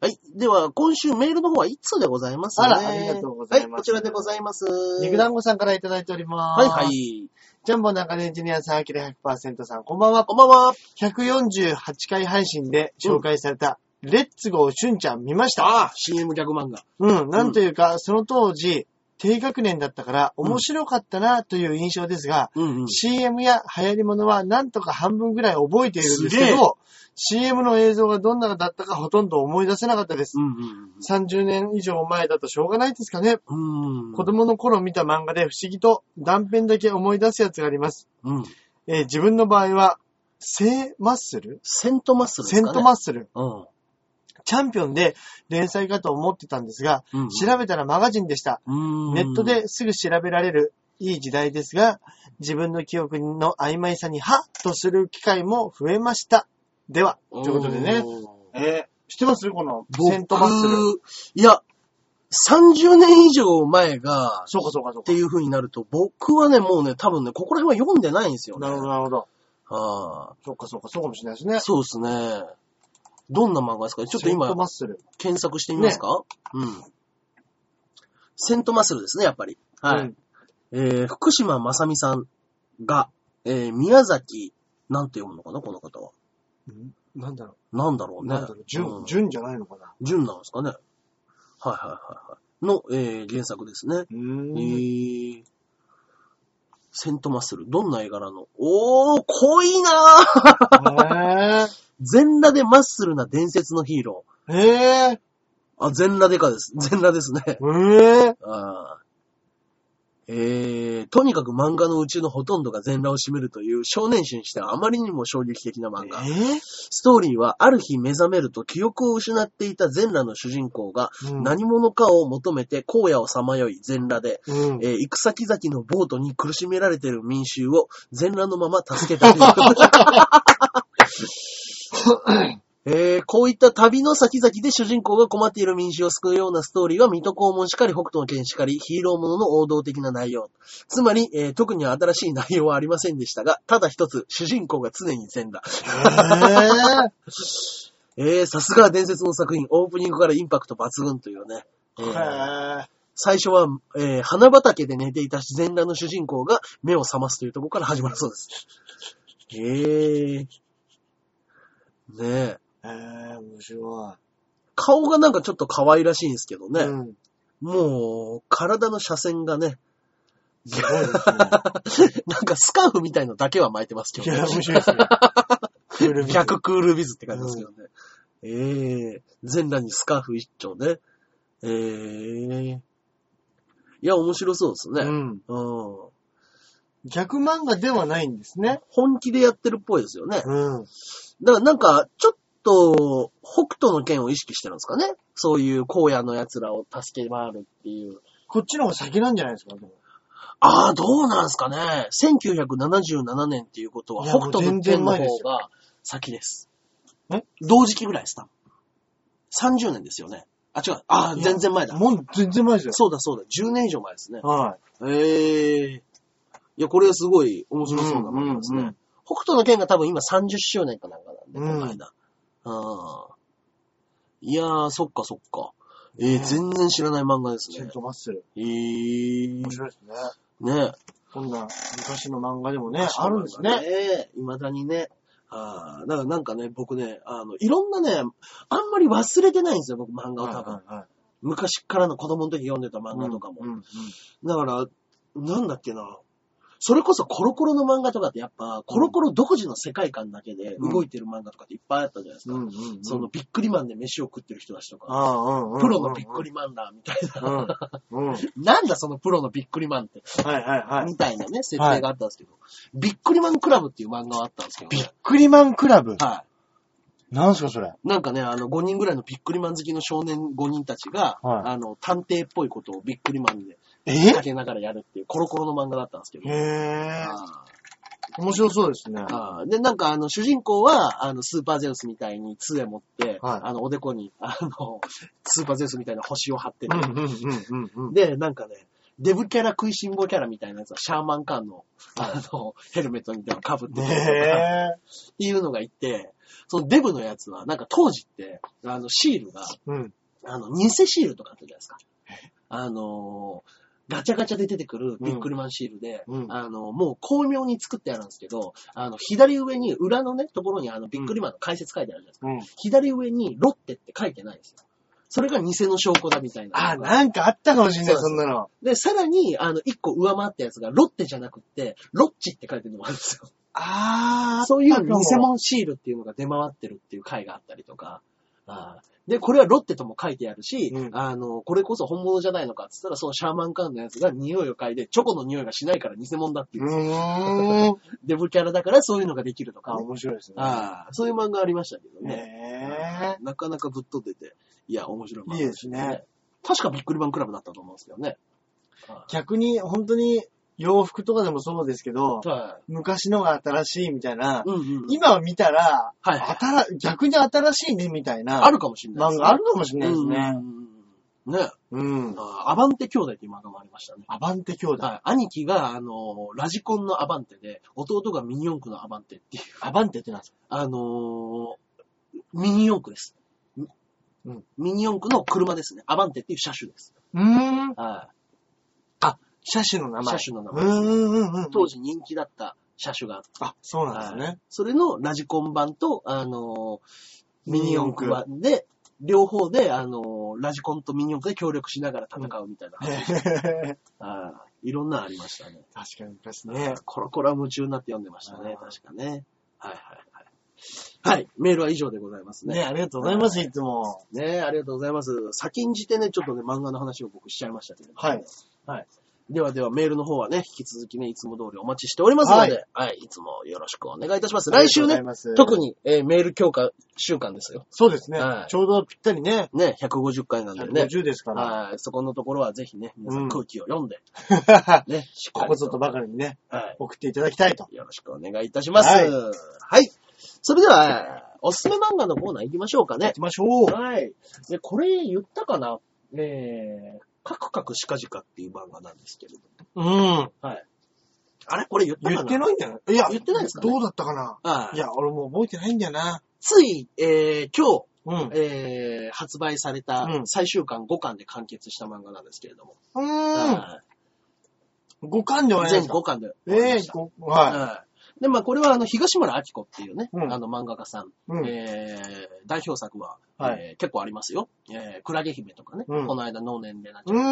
Speaker 1: はい。では、今週メールの方は一通でございますね。
Speaker 2: あらありがとうござい
Speaker 1: はい、
Speaker 2: ます
Speaker 1: こちらでございます。
Speaker 2: 肉団子さんからいただいております。
Speaker 1: はいはい。
Speaker 2: ジャンボ中根エンジニアさん、アキラ100%さん、こんばんは。
Speaker 1: こんばんは。
Speaker 2: 148回配信で紹介された、レッツゴーしゅんちゃん見ました。
Speaker 1: あ、CM ギャグ漫画。
Speaker 2: うん、なんというか、その当時、低学年だったから面白かったなという印象ですが、
Speaker 1: うんうん。
Speaker 2: CM や流行りものはなんとか半分ぐらい覚えているん
Speaker 1: す
Speaker 2: です
Speaker 1: げ
Speaker 2: け
Speaker 1: え
Speaker 2: ど、CM の映像がどんなだったかほとんど思い出せなかったです。
Speaker 1: うんうん
Speaker 2: 30年以上前だとしょうがないですかね。
Speaker 1: うん。うん。
Speaker 2: 子供の頃見た漫画で不思議と断片だけ思い出すやつがあります。
Speaker 1: うん。
Speaker 2: えー自分の場合は、セーマッスル
Speaker 1: セントマッスルです
Speaker 2: セン
Speaker 1: かね。
Speaker 2: トマッスル。
Speaker 1: ッ
Speaker 2: チャンピオンで連載かと思ってたんですが、
Speaker 1: うん。
Speaker 2: 調べたらマガジンでした。
Speaker 1: うん。
Speaker 2: ネットですぐ調べられるいい時代ですが、自分の記憶の曖昧さにハッとする機会も増えました。では、
Speaker 1: お
Speaker 2: と
Speaker 1: ー。
Speaker 2: いうことでね。えー知ってますこの
Speaker 1: 僕
Speaker 2: セントマッスル。
Speaker 1: いや、30年以上前が、
Speaker 2: そうかそうかそう
Speaker 1: って
Speaker 2: か。
Speaker 1: いう風になると、僕はね、もうね、多分ね、ここら辺は読んでないんですよね。
Speaker 2: なるほどなるほど。
Speaker 1: は
Speaker 2: そうかそうか、そうかもしれないですね
Speaker 1: い。。そうですね。どんな漫画ですかちょっと
Speaker 2: セント
Speaker 1: 今、
Speaker 2: マッスル。
Speaker 1: 検索してみますか、うん。セントマッスルですね、やっぱり。はい。
Speaker 2: うん
Speaker 1: えー福島正美さんが、えー宮崎、なんて読むのかなこの方は。
Speaker 2: なんだろ
Speaker 1: なんだろ
Speaker 2: う。
Speaker 1: うね。
Speaker 2: なんだろう。純、
Speaker 1: うん
Speaker 2: 純じゃないのかな。
Speaker 1: 純なんですかね。はいはいはいはい。の、えー原作ですね。
Speaker 2: うーん
Speaker 1: えーセントマッスル。どんな絵柄のおー、濃いなぁ
Speaker 2: え
Speaker 1: 全裸でマッスルな伝説のヒーロ
Speaker 2: ー、え
Speaker 1: ー。あ、全裸でかです。全裸ですね。
Speaker 2: ー、えー、
Speaker 1: あーえー、とにかく漫画のうちのほとんどが全裸を占めるという少年誌にしてはあまりにも衝撃的な漫画。
Speaker 2: え
Speaker 1: ストーリーはある日目覚めると記憶を失っていた全裸の主人公が
Speaker 2: うん
Speaker 1: 何者かを求めて荒野をさまよい全裸で、
Speaker 2: うん。
Speaker 1: えー行く先々のボートに苦しめられている民衆を全裸のまま助けたりえーこういった旅の先々で主人公が困っている民衆を救うようなストーリーは、水戸黄門しかり、北斗の剣しかり、ヒーローものの王道的な内容。つまり、えー特に新しい内容はありませんでしたが、ただ一つ、主人公が常に全裸。
Speaker 2: え
Speaker 1: えー、さすが伝説の作品、オープニングからインパクト抜群というね。え
Speaker 2: ー、
Speaker 1: ー
Speaker 2: は
Speaker 1: 最初は、えー花畑で寝ていた自然裸の主人公が目を覚ますというところから始まるそうです。えー。ねえ。
Speaker 2: えー、面白
Speaker 1: 顔がなんかちょっと可愛らしいんですけど
Speaker 2: い。
Speaker 1: ね。
Speaker 2: うん。
Speaker 1: もう、体の斜線がね、 [laughs]
Speaker 2: すごいですね。
Speaker 1: なんかスカーフみたいのだけは巻いてますけ
Speaker 2: [laughs] い
Speaker 1: ど、
Speaker 2: や、
Speaker 1: ね
Speaker 2: 面。白いですね。クー [laughs] ルビズ
Speaker 1: [laughs] 逆クールビズって感じですけどね。ええ全裸にスカーフ一丁ね。ええいや、面白そうですね。
Speaker 2: う
Speaker 1: うん。
Speaker 2: ん。逆漫画ではないんですね。
Speaker 1: 本気でやってるっぽいですよね。
Speaker 2: うん。
Speaker 1: だからなんか、ちょっと、北斗の剣を意識してるんですかね。そういう荒野の奴らを助け回るっていう。
Speaker 2: こっちの方が先なんじゃないですか、でも
Speaker 1: ああ、どうなんですかね。1977年っていうことはい
Speaker 2: や
Speaker 1: 北斗
Speaker 2: も
Speaker 1: の
Speaker 2: う全然
Speaker 1: 剣の
Speaker 2: 前で
Speaker 1: 方
Speaker 2: すよ
Speaker 1: が先です。
Speaker 2: え
Speaker 1: 同時期ぐらいです、多分。30年ですよね。あ、違う。ああ、全然前だ。
Speaker 2: もう全然前ですよ。
Speaker 1: そうだそうだ。10年以上前ですね。
Speaker 2: は
Speaker 1: ええいや、これすごい面
Speaker 2: い。
Speaker 1: 白そうなものですね。
Speaker 2: うんうん
Speaker 1: 北斗の剣が多分今30周年かなんかなんで、
Speaker 2: うん
Speaker 1: この間。うん。いやー、そっかそっか。えー
Speaker 2: ね
Speaker 1: 全然知らない漫画です
Speaker 2: セ
Speaker 1: ね
Speaker 2: ン。トマッスル。
Speaker 1: えー
Speaker 2: 面、白いですね。
Speaker 1: ね
Speaker 2: こんな昔の漫画でもね、あるんですね。
Speaker 1: ね。未だにね。ああ、だからなんかね、僕ね、あの、いろんなね、あんまり忘れてないんですよ、僕漫画を多分。
Speaker 2: はいはい
Speaker 1: 昔からの子供の時読んでた漫画とかも。
Speaker 2: うんうんうん
Speaker 1: だから、なんだっけな。それこそコロコロの漫画とかってやっぱ、コロコロ独自の世界観だけで動いてる漫画とかっていっぱいあったじゃないですか。
Speaker 2: うんうんうん
Speaker 1: そのビックリマンで飯を食ってる人たちとか、
Speaker 2: ああうんうんうん
Speaker 1: プロのビックリマンだ、みたいな。
Speaker 2: うん。うん。はい
Speaker 1: なんだそのプロのビックリマンって、
Speaker 2: はいはい。
Speaker 1: みたいなね、設定があったんですけど、ビックリマンクラブっていう漫画があったんですけど
Speaker 2: ビ
Speaker 1: ね
Speaker 2: ッ。クリマンクラブ。
Speaker 1: はい。
Speaker 2: なんすかそれ。
Speaker 1: なんかね、あの、5人ぐらいのビックリマン好きの少年5人たちが、
Speaker 2: はい
Speaker 1: あの、探偵っぽいことをビックリマンで
Speaker 2: え
Speaker 1: かけながらやるっていう、コロコロの漫画だったんですけど。
Speaker 2: へえ。
Speaker 1: あ
Speaker 2: 面白そうですね。
Speaker 1: ーあーで、なんか、あの、主人公は、あの、スーパーゼウスみたいに杖持って、
Speaker 2: はい
Speaker 1: あの、おでこに、あの、スーパーゼウスみたいな星を貼って
Speaker 2: う
Speaker 1: て、
Speaker 2: んうんうんうんうん。
Speaker 1: で、なんかね、デブキャラ食いしん坊キャラみたいなやつは、シャーマンカーンの、あの、ヘルメットみたいなの被ってて、
Speaker 2: ねえ。
Speaker 1: っていうのがいて、そのデブのやつは、なんか当時って、あの、シールが、
Speaker 2: うん。
Speaker 1: あの、偽シールとかあったじゃないですか。あのーガチャガチャで出てくるビックリマンシールで、
Speaker 2: うん
Speaker 1: あの、もう巧妙に作ってあるんですけど、あの、左上に、裏のね、ところにあの、ビックリマンの解説書いてあるじゃないですか。
Speaker 2: うん。
Speaker 1: 左上に、ロッテって書いてないんですよ。それが偽の証拠だみたいな
Speaker 2: あ、
Speaker 1: のが。
Speaker 2: なんかあったかもしんない、
Speaker 1: そ
Speaker 2: そう
Speaker 1: そうん
Speaker 2: なの。
Speaker 1: で、さらに、あの、一個上回ったやつが、ロッテじゃなくって、ロッチって書いてるのもあるんですよ。
Speaker 2: ああ。
Speaker 1: そういう
Speaker 2: あ
Speaker 1: 偽
Speaker 2: ったかも
Speaker 1: 物シールっていうのが出回ってるっていう回があったりとか。あーで、これはロッテとも書いてあるし、
Speaker 2: うん
Speaker 1: あの、これこそ本物じゃないのかって言ったら、そのシャーマンカーンのやつが匂いを嗅いで、チョコの匂いがしないから偽物だっていう。
Speaker 2: うーん。
Speaker 1: デブキャラだからそういうのができると
Speaker 2: あ、
Speaker 1: か、ね
Speaker 2: 面白いですね。
Speaker 1: あーそういう漫画ありましたけどね。
Speaker 2: ね
Speaker 1: なかなかぶっ飛んでて、いや、面白い漫画
Speaker 2: いいですね。
Speaker 1: 確かビックリマンクラブだったと思うんですけどね。
Speaker 2: え。逆に、本当に、洋服とかでもそうですけど、
Speaker 1: は
Speaker 2: 昔のが新しいみたいな、
Speaker 1: い。うんうん。
Speaker 2: 今見たら、
Speaker 1: はいはい
Speaker 2: 新逆に新しいねみたいな、
Speaker 1: あるかもしれない
Speaker 2: 漫画あるかもしれないです
Speaker 1: うんう
Speaker 2: ね。
Speaker 1: んうんね。
Speaker 2: うん。
Speaker 1: あーアバンテ兄弟っていう漫画もありましたね。
Speaker 2: アバンテ兄弟。
Speaker 1: はい。兄貴が、あのー、ラジコンのアバンテで、弟がミニ四駆のアバンテっていう、
Speaker 2: アバンテってなんですか
Speaker 1: あのー、ミニ四駆です。
Speaker 2: うん
Speaker 1: ミニ四駆の車ですね。アバンテっていう車種です。
Speaker 2: うーん。
Speaker 1: は
Speaker 2: 車種の名
Speaker 1: い。
Speaker 2: 前。
Speaker 1: 車種の名前。
Speaker 2: うーんうんうん。
Speaker 1: 当。時人気だった車種があって、
Speaker 2: あ、そうなんですね。
Speaker 1: それのラジコン版と、あのー、ミニ四駆版で、両方で、あの、ラジコンとミニオンで協力しながら戦うみたいな。
Speaker 2: [laughs] 確
Speaker 1: ああいろんなのありましたね。
Speaker 2: かに昔ね。
Speaker 1: コロコロは夢中になって読んでましたね。
Speaker 2: ああ
Speaker 1: 確かね。はいはいはい。はい、メールは以上でございます
Speaker 2: ね、
Speaker 1: ね。
Speaker 2: ありがとうございます、いつも。
Speaker 1: ねありがとうございます。先んじてね、ちょっとね、漫画の話を僕しちゃいましたけど、
Speaker 2: はい。
Speaker 1: はい。ではでは、メールの方はね、引き続きね、いつも通りお待ちしておりますので、
Speaker 2: は
Speaker 1: はい、い、つもよろしくお願いいたします。来週ね、、特。に、えーメール強化週間ですよ。
Speaker 2: そうですね
Speaker 1: は。い
Speaker 2: ちょうどぴったりね。
Speaker 1: ね、150回なんでね。
Speaker 2: 150ですから。
Speaker 1: はい、そこのところはぜひね、皆さ
Speaker 2: うん
Speaker 1: ん空気を読 [laughs] んで、ね、しっか
Speaker 2: こ
Speaker 1: り
Speaker 2: こぞとばかりにね、
Speaker 1: は
Speaker 2: 送っていただきたいと。
Speaker 1: い、よろしくお願いいたします。
Speaker 2: は
Speaker 1: はいい。それでは、おすすめ漫画のコーナー行きましょうかね
Speaker 2: 行き。ましょう。
Speaker 1: はい。で、これ言ったかなえー、カクカクシカジカっていう漫画なんですけれど。
Speaker 2: うん。
Speaker 1: あれこれ言ったか
Speaker 2: 言
Speaker 1: な
Speaker 2: ってないんじゃないいや、
Speaker 1: 言ってないですかね
Speaker 2: どうだったかな
Speaker 1: はい
Speaker 2: いや、俺もう覚えてないんだよな。
Speaker 1: つい、えー、今日、
Speaker 2: うん。
Speaker 1: えー、発売され
Speaker 2: う
Speaker 1: た
Speaker 2: ん
Speaker 1: 最終巻5巻で完結した漫画なんですけれども。
Speaker 2: う
Speaker 1: は
Speaker 2: ん。五巻でお
Speaker 1: い
Speaker 2: 願い
Speaker 1: 全
Speaker 2: し
Speaker 1: 5巻で終わり
Speaker 2: ええ
Speaker 1: ました。
Speaker 2: ごはい。
Speaker 1: はい。で、まあ、これは、あの、東村明子っていうね、
Speaker 2: うん
Speaker 1: あの、漫画家さん、
Speaker 2: うん。
Speaker 1: えー、代表作は、
Speaker 2: はい
Speaker 1: えー結構ありますよ。えー、クラゲ姫とかね、
Speaker 2: うん
Speaker 1: この間、能年でなっち
Speaker 2: う
Speaker 1: ゃっ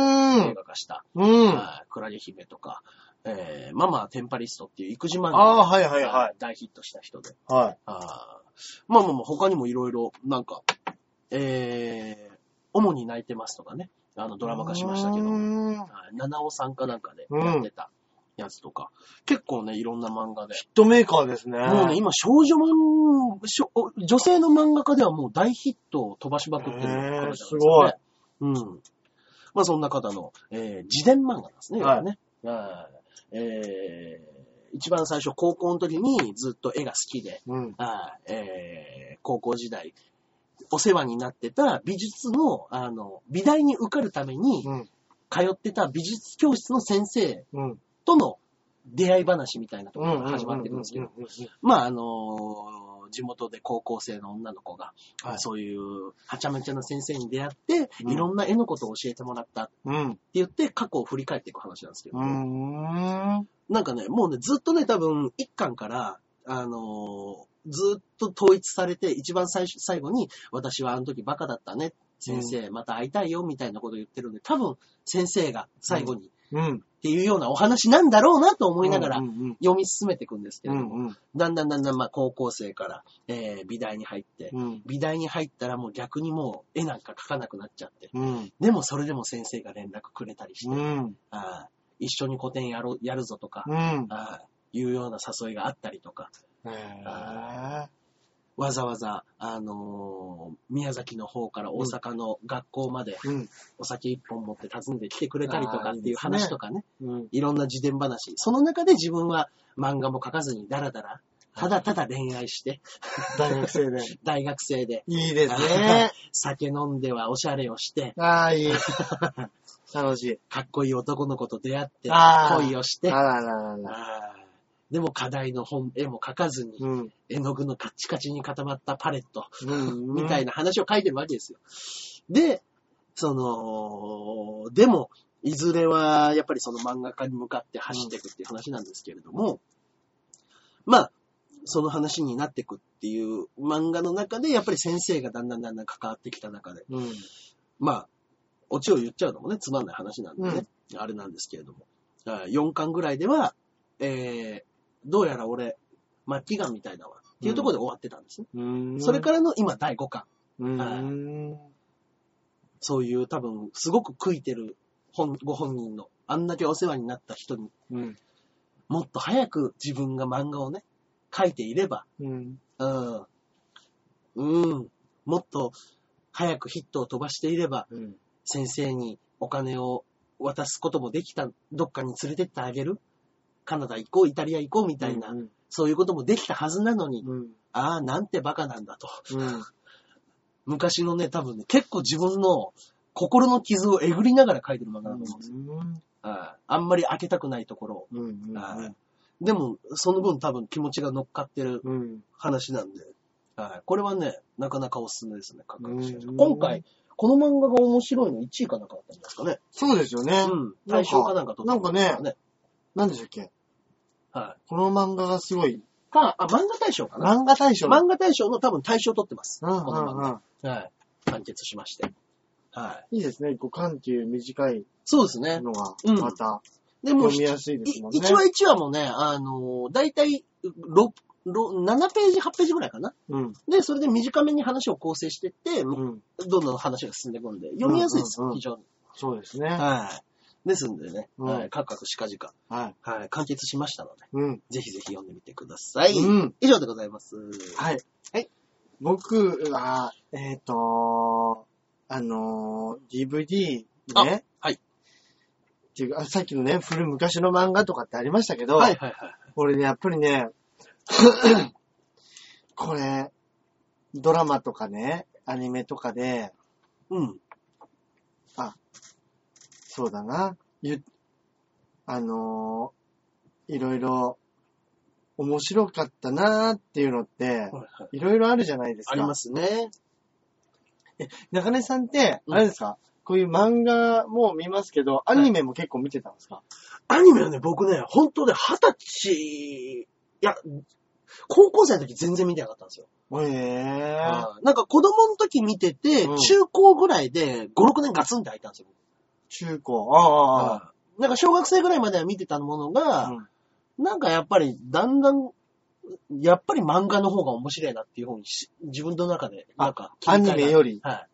Speaker 2: ー
Speaker 1: た映
Speaker 2: ん。
Speaker 1: 画化した、
Speaker 2: うん。あ
Speaker 1: はいクラゲ姫とか、えー、ママはテンパリストっていう育児漫
Speaker 2: あ
Speaker 1: 画
Speaker 2: ー、はいはいは
Speaker 1: が大ヒットした人で、
Speaker 2: い。はい。
Speaker 1: あーまあまあまあ、他にもいろいろ、なんか、えー、主に泣いてますとかね、あの、ドラマ化しましたけど、
Speaker 2: う
Speaker 1: はい
Speaker 2: ーん
Speaker 1: 七尾さんかなんかでやってたやつとか、結構ね、いろんな漫画で、
Speaker 2: ヒットメーカーですね。
Speaker 1: もうね、今、少女漫少女性の漫画家ではもう大ヒットを飛ばしまくってる方じゃないですか、ね。うん。まあ、そんな方の、えー、自伝漫画なんですね。
Speaker 2: はい
Speaker 1: 要ねはいえー、一番最初、高校の時にずっと絵が好きで、
Speaker 2: うん。
Speaker 1: はいえー、高校時代、お世話になってた美術の、あの、美大に受かるために
Speaker 2: うん。
Speaker 1: 通ってた美術教室の先生
Speaker 2: うん。
Speaker 1: との出会い話みたいなとこ
Speaker 2: う
Speaker 1: ろ
Speaker 2: ん。
Speaker 1: が始まってくるんですけど、
Speaker 2: うん。
Speaker 1: まあ、あのー地元で高校生の女の子が、
Speaker 2: はい
Speaker 1: そういう、はちゃめちゃな先生に出会って、
Speaker 2: うん
Speaker 1: いろんな絵のことを教えてもらったって
Speaker 2: うん。
Speaker 1: 言って、過去を振り返っていく話なんですけど、
Speaker 2: うん。うん
Speaker 1: なんかね、もうね、ずっとね、多分、一巻から、あのーずっと統一されて、一番最初、最後に、私はあの時バカだったね、先生、また会いたいよ、みたいなこと言ってるんで、多分、先生が最後に、っ
Speaker 2: うん。
Speaker 1: ていうようなお話なんだろうなと思いながら
Speaker 2: うん、うん。
Speaker 1: 読み進めていくんですけ
Speaker 2: う
Speaker 1: れども、
Speaker 2: ん。
Speaker 1: だんだんだんだん、まあ、高校生から、えー、美大に入って、
Speaker 2: うん。
Speaker 1: 美大に入ったらもう逆にもう絵なんか描かなくなっちゃって。
Speaker 2: うん。
Speaker 1: でもそれでも先生が連絡くれたりして、
Speaker 2: うん。
Speaker 1: あー一緒に古典やろう、やるぞとか、
Speaker 2: うん。
Speaker 1: あーいうような誘いがあったりとか、
Speaker 2: へえ。
Speaker 1: わざわざ、あのー宮崎の方から大阪の学校まで
Speaker 2: うん。
Speaker 1: お酒一本持って訪ねてきてくれたりとかっていう話とかね、
Speaker 2: うん。
Speaker 1: いろんな自伝話。その中で自分は漫画も描かずにダラダラ、ただただ恋愛して、
Speaker 2: 大学生で。
Speaker 1: 大学生で、
Speaker 2: いいですね。
Speaker 1: 酒飲んではおしゃれをして、
Speaker 2: ああ、いい。楽し
Speaker 1: かっこいい男の子と出会って、
Speaker 2: あー
Speaker 1: 恋をし
Speaker 2: い。
Speaker 1: て、
Speaker 2: あらららら。
Speaker 1: あーでも課題の本、絵も描かずに、
Speaker 2: うん。
Speaker 1: 絵の具のカチカチに固まったパレット、
Speaker 2: うん。
Speaker 1: みたい
Speaker 2: な。
Speaker 1: な話を書いてるわけですよ。で、その、でも、いずれは、やっぱりその漫画家に向かって走っていくっていう話なんですけれども、まあ、その話になっていくっていう漫画の中で、やっぱり先生がだんだんだんだん関わってきた中で、
Speaker 2: うん。
Speaker 1: まあ、オチを言っちゃうのもね、つまんない話なんでね、あれなんですけれども。4巻ぐらいでは、えー、どうやら俺、末期がんみたいだわ。っていうところで終わってたんですね。
Speaker 2: うん
Speaker 1: それからの今第5巻。
Speaker 2: うん。
Speaker 1: そういう多分、すごく悔いてる本ご本人の、あんだけお世話になった人に
Speaker 2: うん。
Speaker 1: もっと早く自分が漫画をね、書いていれば、
Speaker 2: うん。
Speaker 1: うん、うん、もっと早くヒットを飛ばしていれば、
Speaker 2: うん。
Speaker 1: 先生にお金を渡すこともできた、どっかに連れてってあげるカナダ行こう、イタリア行こうみたいな、
Speaker 2: うん。
Speaker 1: そういうこともできたはずなのに、
Speaker 2: うん。
Speaker 1: ああ、なんてバカなんだと。
Speaker 2: うん。
Speaker 1: 昔のね、多分ね、結構自分の心の傷をえぐりながら書いてる漫画だと思うんですよ。あああんまり開けたくないところを。
Speaker 2: うん。
Speaker 1: ああでも、その分多分気持ちが乗っかってる
Speaker 2: うん。
Speaker 1: 話なんで、ああこれはね、なかなかおすすめですね、価格主義者
Speaker 2: うん
Speaker 1: 今回、この漫画が面白いの1位かなんかだったんですかね。
Speaker 2: そうですよね。
Speaker 1: うん。大賞かなんか取って
Speaker 2: なんかね
Speaker 1: ました、ね。
Speaker 2: なんでしたっけ
Speaker 1: は
Speaker 2: この漫画がすごい、
Speaker 1: い。か、あ、漫画大賞かな
Speaker 2: 漫画大賞。
Speaker 1: 漫画大賞の多分大賞取ってます。
Speaker 2: うん
Speaker 1: この漫
Speaker 2: うんうん。
Speaker 1: 画。はい。完結しまして。はい。
Speaker 2: いいですね。五巻っていう短い
Speaker 1: そうですね。
Speaker 2: のが
Speaker 1: うん、
Speaker 2: また、
Speaker 1: でも、
Speaker 2: 読
Speaker 1: ひ
Speaker 2: み
Speaker 1: い
Speaker 2: やすいですもんね。
Speaker 1: 一話一話もね、あのー、だいたい、ろろ7ページ、8ページぐらいかな。
Speaker 2: うん。
Speaker 1: で、それで短めに話を構成してって、
Speaker 2: うん。
Speaker 1: どんどん話が進んでいくんで、読みやすいです
Speaker 2: うんう
Speaker 1: よ、
Speaker 2: んうん
Speaker 1: 非常に。
Speaker 2: そうですね。
Speaker 1: はい。ですんでね、
Speaker 2: うん
Speaker 1: はい、カクカクしかじか、
Speaker 2: はい。
Speaker 1: はい、完結しましたので、
Speaker 2: うん。
Speaker 1: ぜひぜひ読んでみてください。
Speaker 2: うん
Speaker 1: 以上でございます。
Speaker 2: はい。
Speaker 1: はい。
Speaker 2: 僕は、えっ、と、あのー DVD ね。
Speaker 1: あはい
Speaker 2: っていうか、あさっきのね、古い昔の漫画とかってありましたけど、
Speaker 1: はいはいはい。
Speaker 2: 俺ね、やっぱりね、これ、ドラマとかね、アニメとかで、
Speaker 1: うん。
Speaker 2: そうだな、ゆあのーいろいろ、面白かったなーっていうのって、いろいろあるじゃないですか。
Speaker 1: ありますね。
Speaker 2: 中根さんって、
Speaker 1: うん
Speaker 2: あれですか、こういう漫画も見ますけど、アニメも結構見てたんですか、
Speaker 1: アニメはね、僕ね、本当ね、二十歳、いや、高校生の時全然見てなかったんですよ。
Speaker 2: へえー。
Speaker 1: はいなんか子供の時見てて、
Speaker 2: うん
Speaker 1: 中高ぐらいで5、6年ガツンって空いたんですよ。
Speaker 2: 中高。ああ、ああ。
Speaker 1: はいなんか小学生ぐらいまでは見てたものが、
Speaker 2: うん
Speaker 1: なんかやっぱりだんだん、やっぱり漫画の方が面白いなっていう方にし自分の中で、なんか切替
Speaker 2: ア
Speaker 1: え
Speaker 2: ニ
Speaker 1: が
Speaker 2: メより。
Speaker 1: はい。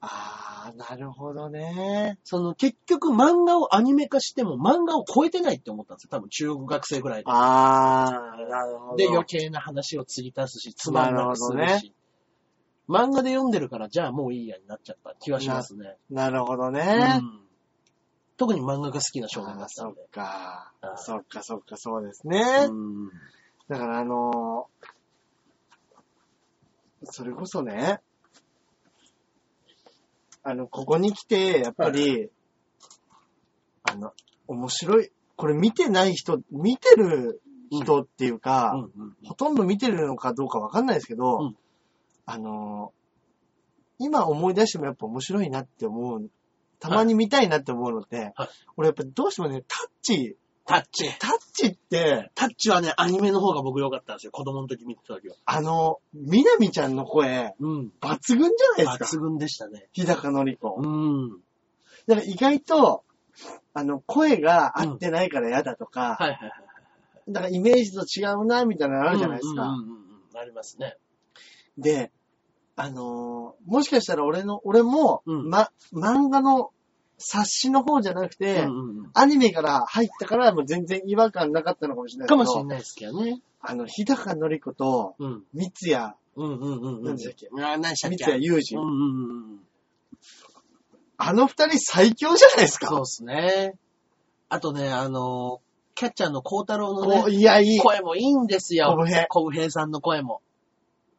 Speaker 2: ああ、なるほどね。
Speaker 1: その結局漫画をアニメ化しても漫画を超えてないって思ったんですよ。多分中学生ぐらいで。
Speaker 2: ああ、なるほど。
Speaker 1: で、余計な話を継ぎ足すし、つまんなくする
Speaker 2: なるほど
Speaker 1: し。漫画で読んでるから、じゃあもういいやになっちゃった気はしますね。
Speaker 2: なるほどね。
Speaker 1: うん特に漫画が好きな少年
Speaker 2: あ
Speaker 1: だ
Speaker 2: ー
Speaker 1: った
Speaker 2: そ
Speaker 1: ん
Speaker 2: っ
Speaker 1: で。
Speaker 2: か
Speaker 1: は。い
Speaker 2: そっか、そっか、そうですね。
Speaker 1: うん
Speaker 2: だから、あのーそれこそね、あの、ここに来て、やっぱり、あの、面白い、これ見てない人、見てる人っていうか、
Speaker 1: うんうん
Speaker 2: ほとんど見てるのかどうかわかんないですけど、
Speaker 1: うん
Speaker 2: あのー今思い出してもやっぱ面白いなって思う、たまに見たいなって思うのって、
Speaker 1: はい
Speaker 2: 俺やっぱどうしてもね、タッチ、
Speaker 1: タッチ。
Speaker 2: タッチって、
Speaker 1: タッチはね、アニメの方が僕良かったんですよ。子供の時見てた時は。
Speaker 2: あの、みなみちゃんの声、
Speaker 1: うん。
Speaker 2: 抜群じゃないです
Speaker 1: 抜
Speaker 2: か。
Speaker 1: 群でしたね。
Speaker 2: 日高のり子
Speaker 1: う。ん。
Speaker 2: だから意外と、あの、声が合ってないから嫌だとか、
Speaker 1: はいはいはい。
Speaker 2: だからイメージと違うな、みたいなのあるじゃないですか。
Speaker 1: うんうんうんうんありますね。
Speaker 2: で、あのーもしかしたら俺の、俺も、
Speaker 1: うん
Speaker 2: ま、漫画の冊子の方じゃなくて、
Speaker 1: うんうんうん
Speaker 2: アニメから入ったからもう全然違和感なかったのかもしれないけ
Speaker 1: か
Speaker 2: ど。
Speaker 1: もしれないですけどね。
Speaker 2: あの、日高のり子と、
Speaker 1: うん。
Speaker 2: 三ツ矢、
Speaker 1: うんうんうんうん。
Speaker 2: 何でしたっけ
Speaker 1: あ、何でしたっ
Speaker 2: 三
Speaker 1: け
Speaker 2: ツ矢雄二
Speaker 1: うん。うんうんうん。
Speaker 2: あの二人最強じゃないですか。
Speaker 1: そうですね。あとね、あの、キャッチャーの孝太郎の
Speaker 2: こう
Speaker 1: ね、
Speaker 2: いや、いい。
Speaker 1: 声もいいんですよ。
Speaker 2: 小平
Speaker 1: 小平さんの声も。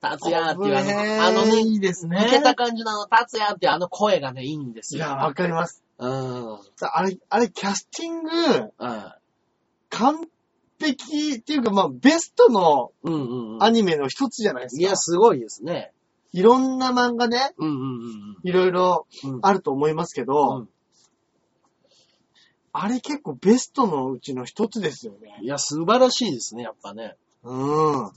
Speaker 1: 達也っていう
Speaker 2: 小平
Speaker 1: あの、あのね、
Speaker 2: いいですね。
Speaker 1: 抜けた感じのあの達也っていうあの声がね、いいんです
Speaker 2: い
Speaker 1: よ。
Speaker 2: や、わかります。
Speaker 1: うん。うん。
Speaker 2: あれ、あれ、キャスティング、完璧っていうか、まあ、ベストの
Speaker 1: うんうんうん。
Speaker 2: アニメの一つじゃないです
Speaker 1: い
Speaker 2: か。
Speaker 1: や、すごいですね。
Speaker 2: いろんな漫画ね、
Speaker 1: うんうんうん
Speaker 2: いろいろ
Speaker 1: うん。
Speaker 2: あると思いますけ
Speaker 1: う
Speaker 2: ど、
Speaker 1: ん
Speaker 2: あれ結構ベストのうちの一つですよね。
Speaker 1: いや、素晴らしいですね、やっぱね。
Speaker 2: うん。
Speaker 1: うん。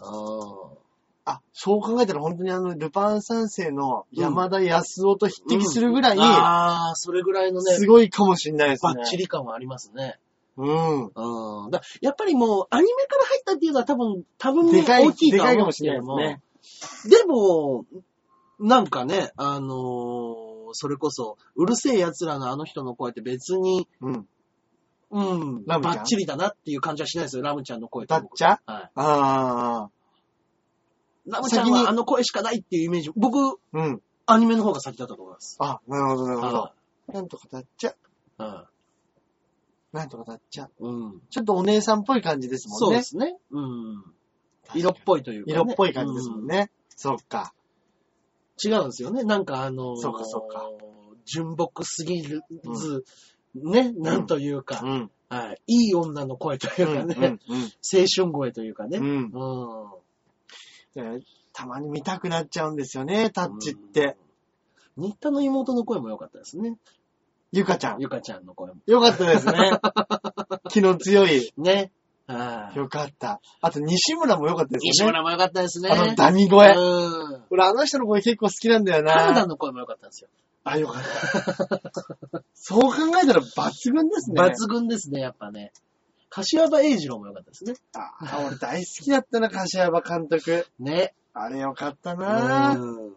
Speaker 2: あ、そう考えたら本当にあの、ルパン三世の山田康夫と匹敵するぐらい、
Speaker 1: ああ、それぐらいのね、
Speaker 2: すごいかもしれないです
Speaker 1: バ
Speaker 2: ね。
Speaker 1: ッチリ感はありますね。
Speaker 2: うん。
Speaker 1: うん。だやっぱりもう、アニメから入ったっていうのは多分、多分
Speaker 2: で
Speaker 1: ね
Speaker 2: かい、
Speaker 1: 大きい
Speaker 2: で
Speaker 1: とは
Speaker 2: かいか
Speaker 1: 思う
Speaker 2: も
Speaker 1: ん
Speaker 2: しれない
Speaker 1: ですけども。でも、なんかね、あのーそれこそ、うるせえ奴らのあの人の声って別に、
Speaker 2: ですね。うん。
Speaker 1: うん、
Speaker 2: ラ
Speaker 1: バ
Speaker 2: ムちゃん
Speaker 1: ッチリだなっていう感じはしないですよ、ラムちゃんの声と
Speaker 2: バッ
Speaker 1: 僕
Speaker 2: チャ
Speaker 1: はい。
Speaker 2: ああ。
Speaker 1: ラムちゃん
Speaker 2: 先に
Speaker 1: はあの声しかないっていうイメージ、僕、
Speaker 2: うん。
Speaker 1: アニメの方が先だったと思います。
Speaker 2: あ、なるほど、なるほど
Speaker 1: は。
Speaker 2: なんとかだっちゃ。
Speaker 1: い
Speaker 2: なんとかだっちゃ。
Speaker 1: うん。うん。
Speaker 2: ちょっとお姉さんっぽい感じですも
Speaker 1: そ
Speaker 2: ん
Speaker 1: う
Speaker 2: ね。
Speaker 1: ですね。うん。色っぽいというか、ね。
Speaker 2: 色っぽい感じですもんね。そっか。
Speaker 1: うん。違うんですよね。なんかあのー
Speaker 2: そうかそうか
Speaker 1: 純朴すぎず、ね、なんというか、
Speaker 2: ん。
Speaker 1: はい。いい女の声といううかね、
Speaker 2: ん。
Speaker 1: 青春声というかね。
Speaker 2: う
Speaker 1: うん。
Speaker 2: ん。うん。たまに見たくなっちゃうんですよね、タッチって。
Speaker 1: うん。新田の妹の声も良かったですね。
Speaker 2: ゆかちゃん。
Speaker 1: ゆかちゃんの声も。
Speaker 2: よかったです
Speaker 1: [laughs]
Speaker 2: ね。気の強い。
Speaker 1: ね。はい。
Speaker 2: よかった。あと、西村もよかったです
Speaker 1: 西
Speaker 2: よね。
Speaker 1: 村も良かったですね。
Speaker 2: あの、ダミ
Speaker 1: う
Speaker 2: 声。
Speaker 1: ん。
Speaker 2: 俺あの人の声結構好きなんだよ
Speaker 1: カナダ
Speaker 2: な。
Speaker 1: の声も良かったんですよ。
Speaker 2: あ、よ
Speaker 1: [laughs]
Speaker 2: かった。そう考えたら抜群ですね。
Speaker 1: 抜群ですね、やっぱね。柏葉英二郎も良かったですね。
Speaker 2: あ、俺大好きだったな、柏葉監督。
Speaker 1: ね。
Speaker 2: あれよかった
Speaker 1: う
Speaker 2: な。
Speaker 1: ん。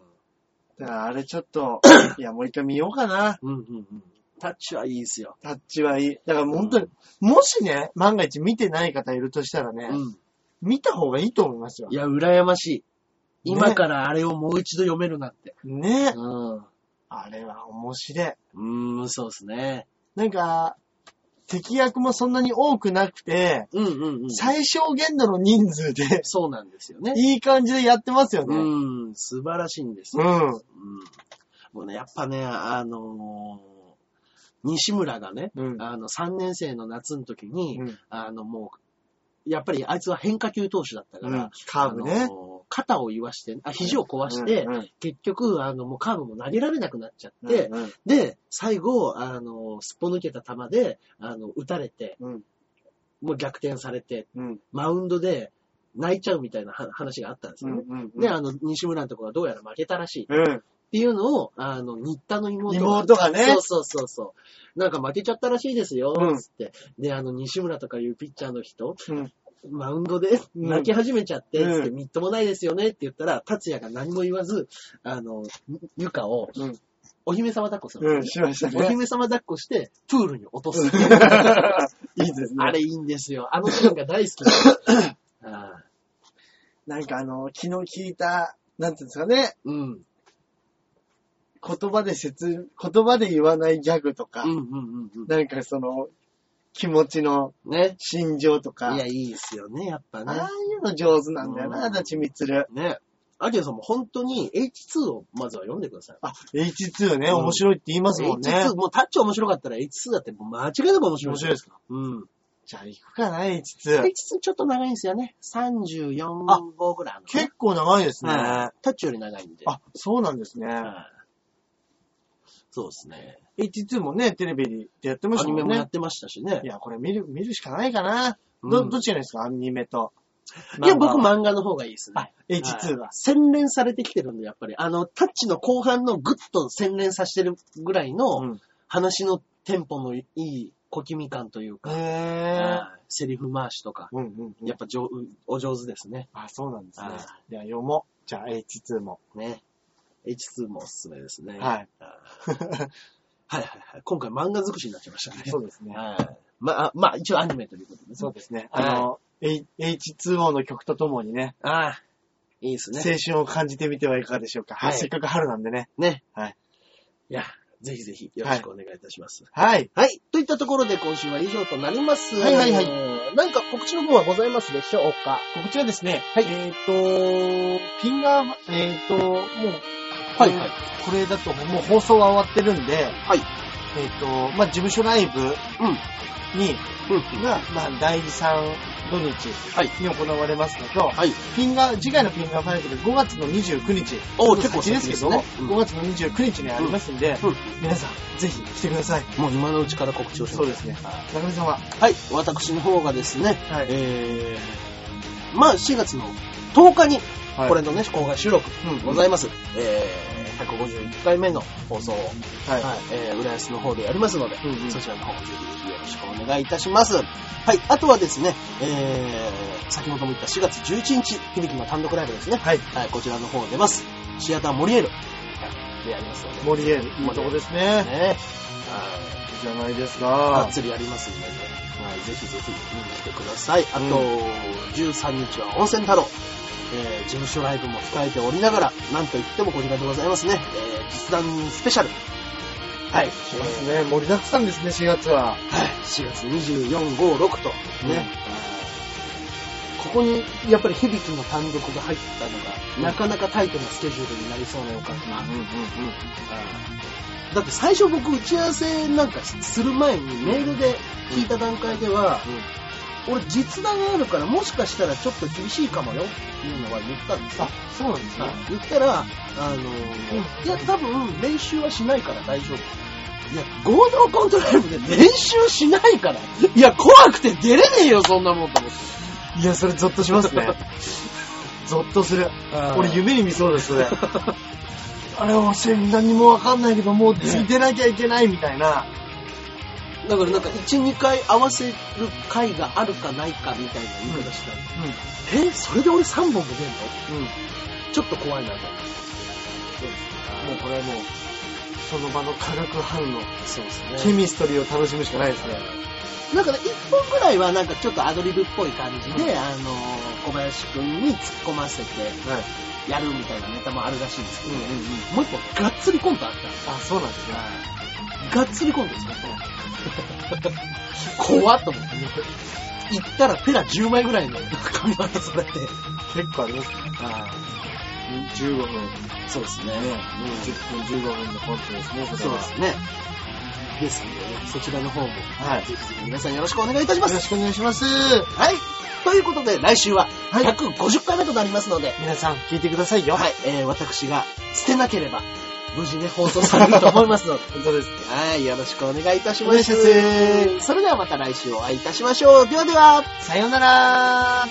Speaker 2: だからあれちょっ
Speaker 1: [coughs]
Speaker 2: と、いや、もう一回見ようかな。
Speaker 1: うんうんうん。タッチはいいですよ。
Speaker 2: タッチはいい。だから本当に、もしね、万が一見てない方いるとしたらね、
Speaker 1: うん。
Speaker 2: 見た方がいいと思いますよ
Speaker 1: い。や、羨ましい。今からあれをもう一度読めるなんて。
Speaker 2: ね。
Speaker 1: うん。
Speaker 2: あれは面白い。
Speaker 1: うーん、そうですね。
Speaker 2: なんか、敵役もそんなに多くなくて、
Speaker 1: うんうんうん。、
Speaker 2: 最小限度の人数で
Speaker 1: そうなんですよね。
Speaker 2: いい感じでやってますよ
Speaker 1: う
Speaker 2: ね。
Speaker 1: ん、素晴らしいんです
Speaker 2: う
Speaker 1: よ。
Speaker 2: ん。
Speaker 1: うん。もうね、やっぱね、あのー西村がね、
Speaker 2: うん。
Speaker 1: あの、3年生の夏の時に、
Speaker 2: うん
Speaker 1: あの、もう、やっぱりあいつは変化球投手だったか
Speaker 2: うん
Speaker 1: ら、
Speaker 2: カーブ
Speaker 1: あ
Speaker 2: ね。
Speaker 1: のー肩を言わして、あ、肘を壊して、
Speaker 2: うんうん
Speaker 1: 結局、あの、もうカーブも投げられなくなっちゃって、
Speaker 2: うんうん
Speaker 1: で、最後、あの、すっぽ抜けた球で、あの、打たれて、
Speaker 2: うん
Speaker 1: もう逆転されて、
Speaker 2: うん
Speaker 1: マウンドで泣いちゃうみたいなは話があったんです
Speaker 2: う
Speaker 1: よ
Speaker 2: ん
Speaker 1: ね。
Speaker 2: うん
Speaker 1: で、あの、西村のところがどうやら負けたらしいっ
Speaker 2: うん。
Speaker 1: ていうのを、あの、新田の妹が。
Speaker 2: 妹がね
Speaker 1: そうそうそうそう。なんか負けちゃったらしいですよ、
Speaker 2: うん
Speaker 1: つって。で、あの、西村とかいうピッチャーの人、
Speaker 2: うん
Speaker 1: マウンドで
Speaker 2: うん
Speaker 1: 泣き始めちゃって、つって、
Speaker 2: うん
Speaker 1: みっともないですよねって言ったら、達也が何も言わず、あの、ゆかを
Speaker 2: うん、
Speaker 1: お姫様抱っこするんです
Speaker 2: う
Speaker 1: ね
Speaker 2: ん、しました
Speaker 1: お
Speaker 2: ね。
Speaker 1: 姫様抱っこして、プールに落とす。
Speaker 2: いいですね。
Speaker 1: あれいいんですよ。あのシーンが大好きです。ああ
Speaker 2: なんかあの、気の利いた、なんていうんですかね、
Speaker 1: うん。うん
Speaker 2: 言葉で説、言葉で言わないギャグとか、
Speaker 1: うんうんう
Speaker 2: なんかその、気持ちの
Speaker 1: ん。ね。
Speaker 2: 心情と
Speaker 1: い
Speaker 2: か、
Speaker 1: や、いいですよね、やっぱね
Speaker 2: あ。あいうの上手なんだよな、
Speaker 1: う
Speaker 2: 足
Speaker 1: ん
Speaker 2: 立みつる。
Speaker 1: ね。アキラさんも本当に H2 をまずは読んでください。
Speaker 2: あ、H2 ね、
Speaker 1: うん
Speaker 2: 面白いって言いますもんね。
Speaker 1: H2、もうタッチ面白かったら H2 だってもう間違いなく面白い。
Speaker 2: 面白いです
Speaker 1: かうん。
Speaker 2: じゃあ行くかな、H2。
Speaker 1: H2 ちょっと長いんですよね。34
Speaker 2: あ
Speaker 1: 号ぐらいあるのかな
Speaker 2: 結構長いですね。
Speaker 1: はいタッチより長いんで。
Speaker 2: あ、そうなんですね。
Speaker 1: はいそうですね。
Speaker 2: H2 もね、テレビでやってま
Speaker 1: ア
Speaker 2: した
Speaker 1: ニ
Speaker 2: も
Speaker 1: メ
Speaker 2: ん
Speaker 1: もやっ
Speaker 2: ね。
Speaker 1: てましたしね
Speaker 2: い。や、これ見る、見るしかないかな。
Speaker 1: う
Speaker 2: ど、
Speaker 1: ん
Speaker 2: どっちがいいですかアニメと。
Speaker 1: いや、僕
Speaker 2: も。
Speaker 1: 漫画の方がいいですね。
Speaker 2: あ、H2
Speaker 1: は
Speaker 2: だ
Speaker 1: い。洗練されてきてるんで、やっぱり。あの、タッチの後半のぐっと洗練させてるぐらいの
Speaker 2: うん。
Speaker 1: 話のテンポのいい小気味感というか、
Speaker 2: へー。
Speaker 1: はいセリフ回しとか、
Speaker 2: うんうんうん
Speaker 1: やっぱ上お上手ですね。
Speaker 2: あ、そうなんですね
Speaker 1: はい。
Speaker 2: いや、読もう。じゃあ、H2 も。
Speaker 1: ね。H2 もおすすめですね。 [laughs]
Speaker 2: はい。
Speaker 1: はいはいはい。今回漫画尽くしになっちゃいましたね。
Speaker 2: そうですね。
Speaker 1: はい。まあ、まあ、一応アニメということです
Speaker 2: そ
Speaker 1: ね
Speaker 2: う。ですね。
Speaker 1: は
Speaker 2: あ
Speaker 1: い
Speaker 2: の、H- H2O の曲とともにね、
Speaker 1: ああ、いいですね。
Speaker 2: 青春を感じてみてはいかがでしょうか。
Speaker 1: はい
Speaker 2: せっかく春なんでね。
Speaker 1: ね。
Speaker 2: はい。
Speaker 1: いや、ぜひぜひよろしくお願いいたします。
Speaker 2: はい。
Speaker 1: はい。といったところで今週は以上となります。
Speaker 2: はいはいはい
Speaker 1: い。何か告知の方はございますでしょうか
Speaker 2: 告知はですね、
Speaker 1: はい
Speaker 2: えっ、と、ピンガー、えっ、と、もう、
Speaker 1: はいはい
Speaker 2: これだともう放送は終わってるんで、
Speaker 1: はい。
Speaker 2: えっ、と、まあ、事務所ライブに、
Speaker 1: うん。
Speaker 2: が、まあ、第3土日
Speaker 1: はい。
Speaker 2: に行われますのと、
Speaker 1: はい。
Speaker 2: ピンガー、次回のピンガー5で5月の29日、
Speaker 1: おー
Speaker 2: もう
Speaker 1: 結構
Speaker 2: 先ですけど、
Speaker 1: 先ですねうん
Speaker 2: 5月の29日にありますんで、皆さん、ぜひ来てください。
Speaker 1: もう今のうちから告知をします
Speaker 2: そうですね中見さんは、
Speaker 1: はい。私の方がですね、
Speaker 2: はい
Speaker 1: えー、まあ4月の10日に、
Speaker 2: はい
Speaker 1: これのね、公開収録
Speaker 2: うん
Speaker 1: ございます。えー、151回目の放送を、
Speaker 2: はい。
Speaker 1: はい、えー、浦安の方でやりますので、
Speaker 2: うんうん
Speaker 1: そちらの方ぜひぜひよろしくお願いいたします。はい、あとはですね、えー、先ほども言った4月11日、響きの単独ライブですね。
Speaker 2: はい。
Speaker 1: はい、こちらの方出ます。シアターモリエールでやりますので。
Speaker 2: モリエール、いいとこですね。
Speaker 1: ね。
Speaker 2: じゃないです
Speaker 1: はい、が
Speaker 2: か
Speaker 1: っ。つりやりますんでね。はい、ぜひぜひ見に来てください。あと、13日は温泉太郎。えー、事務所ライブも控えておりながら、なんといってもこちらでございますね。えー、実弾スペシャル。はい。
Speaker 2: しますね。盛りだくさんですね、4月
Speaker 1: は
Speaker 2: は。
Speaker 1: い、4月24、5、6と
Speaker 2: うん
Speaker 1: ね、ここにやっぱり響きの単独が入ったのが、なかなかタイトなスケジュールになりそうな予感が、
Speaker 2: うんうん。
Speaker 1: だって最初僕打ち合わせなんかする前にメールで聞いた段階では、俺実弾があるからもしかしたらちょっと厳しいかもよっていうのは言ったんですよ
Speaker 2: あ。、そうなんですね。
Speaker 1: 言ったら、あのーいや、多分練習はしないから大丈夫。いや、合同コントライブで練習しないから。 [laughs] いや、怖くて出れねえよ、そんなもんと思って。
Speaker 2: [laughs] いや、それゾッとしますね。ゾッとする。
Speaker 1: うん
Speaker 2: 俺夢に見そうです、それ。あれ、おし何にもわかんないけど、もう次出なきゃいけないみたいな。
Speaker 1: だからなんか1、2回合わせる回があるかないかみたいな言い方してた、えそれで俺3本も出んの
Speaker 2: うん。うん。も
Speaker 1: ちょっと怖いなと。
Speaker 2: うこれはもう、その場の化学反応、
Speaker 1: そうです
Speaker 2: ケミストリーを楽しむしかないですね。
Speaker 1: なんかね、1本ぐらいはなんかちょっとアドリブっぽい感じで、あのー、小林くんに突っ込ませて
Speaker 2: はい。
Speaker 1: やるみたいなネタもあるらしいんですけ
Speaker 2: うん
Speaker 1: ど、
Speaker 2: うんうん。
Speaker 1: もう1本がっつりコントあったんですよ
Speaker 2: あ、そうなんですね。
Speaker 1: がっつりコントですね。怖っと思って、ね。行ったらペラ10枚ぐらいの紙渡されて。
Speaker 2: 結構あります。15分、
Speaker 1: そうですね。
Speaker 2: 10分、15分のコントですね、
Speaker 1: そう
Speaker 2: は
Speaker 1: で。すね。ですので、ね、そちらの方も、
Speaker 2: はい。
Speaker 1: ぜひぜひ皆さんよろしくお願いいたしま
Speaker 2: よろ
Speaker 1: す。
Speaker 2: しくお願いします。
Speaker 1: はい。ということで、来週は
Speaker 2: はい
Speaker 1: 150回目となりますので、
Speaker 2: 皆さん、聞いてくださいよ。
Speaker 1: はい、えー、私が捨てなければ、無事ね、放送されると思いますので、
Speaker 2: 本当です。
Speaker 1: はい、よろしくお願いいたし
Speaker 2: お
Speaker 1: ま。
Speaker 2: 願いします
Speaker 1: それではまた来週お会いいたしましょう。ではでは。
Speaker 2: さようなら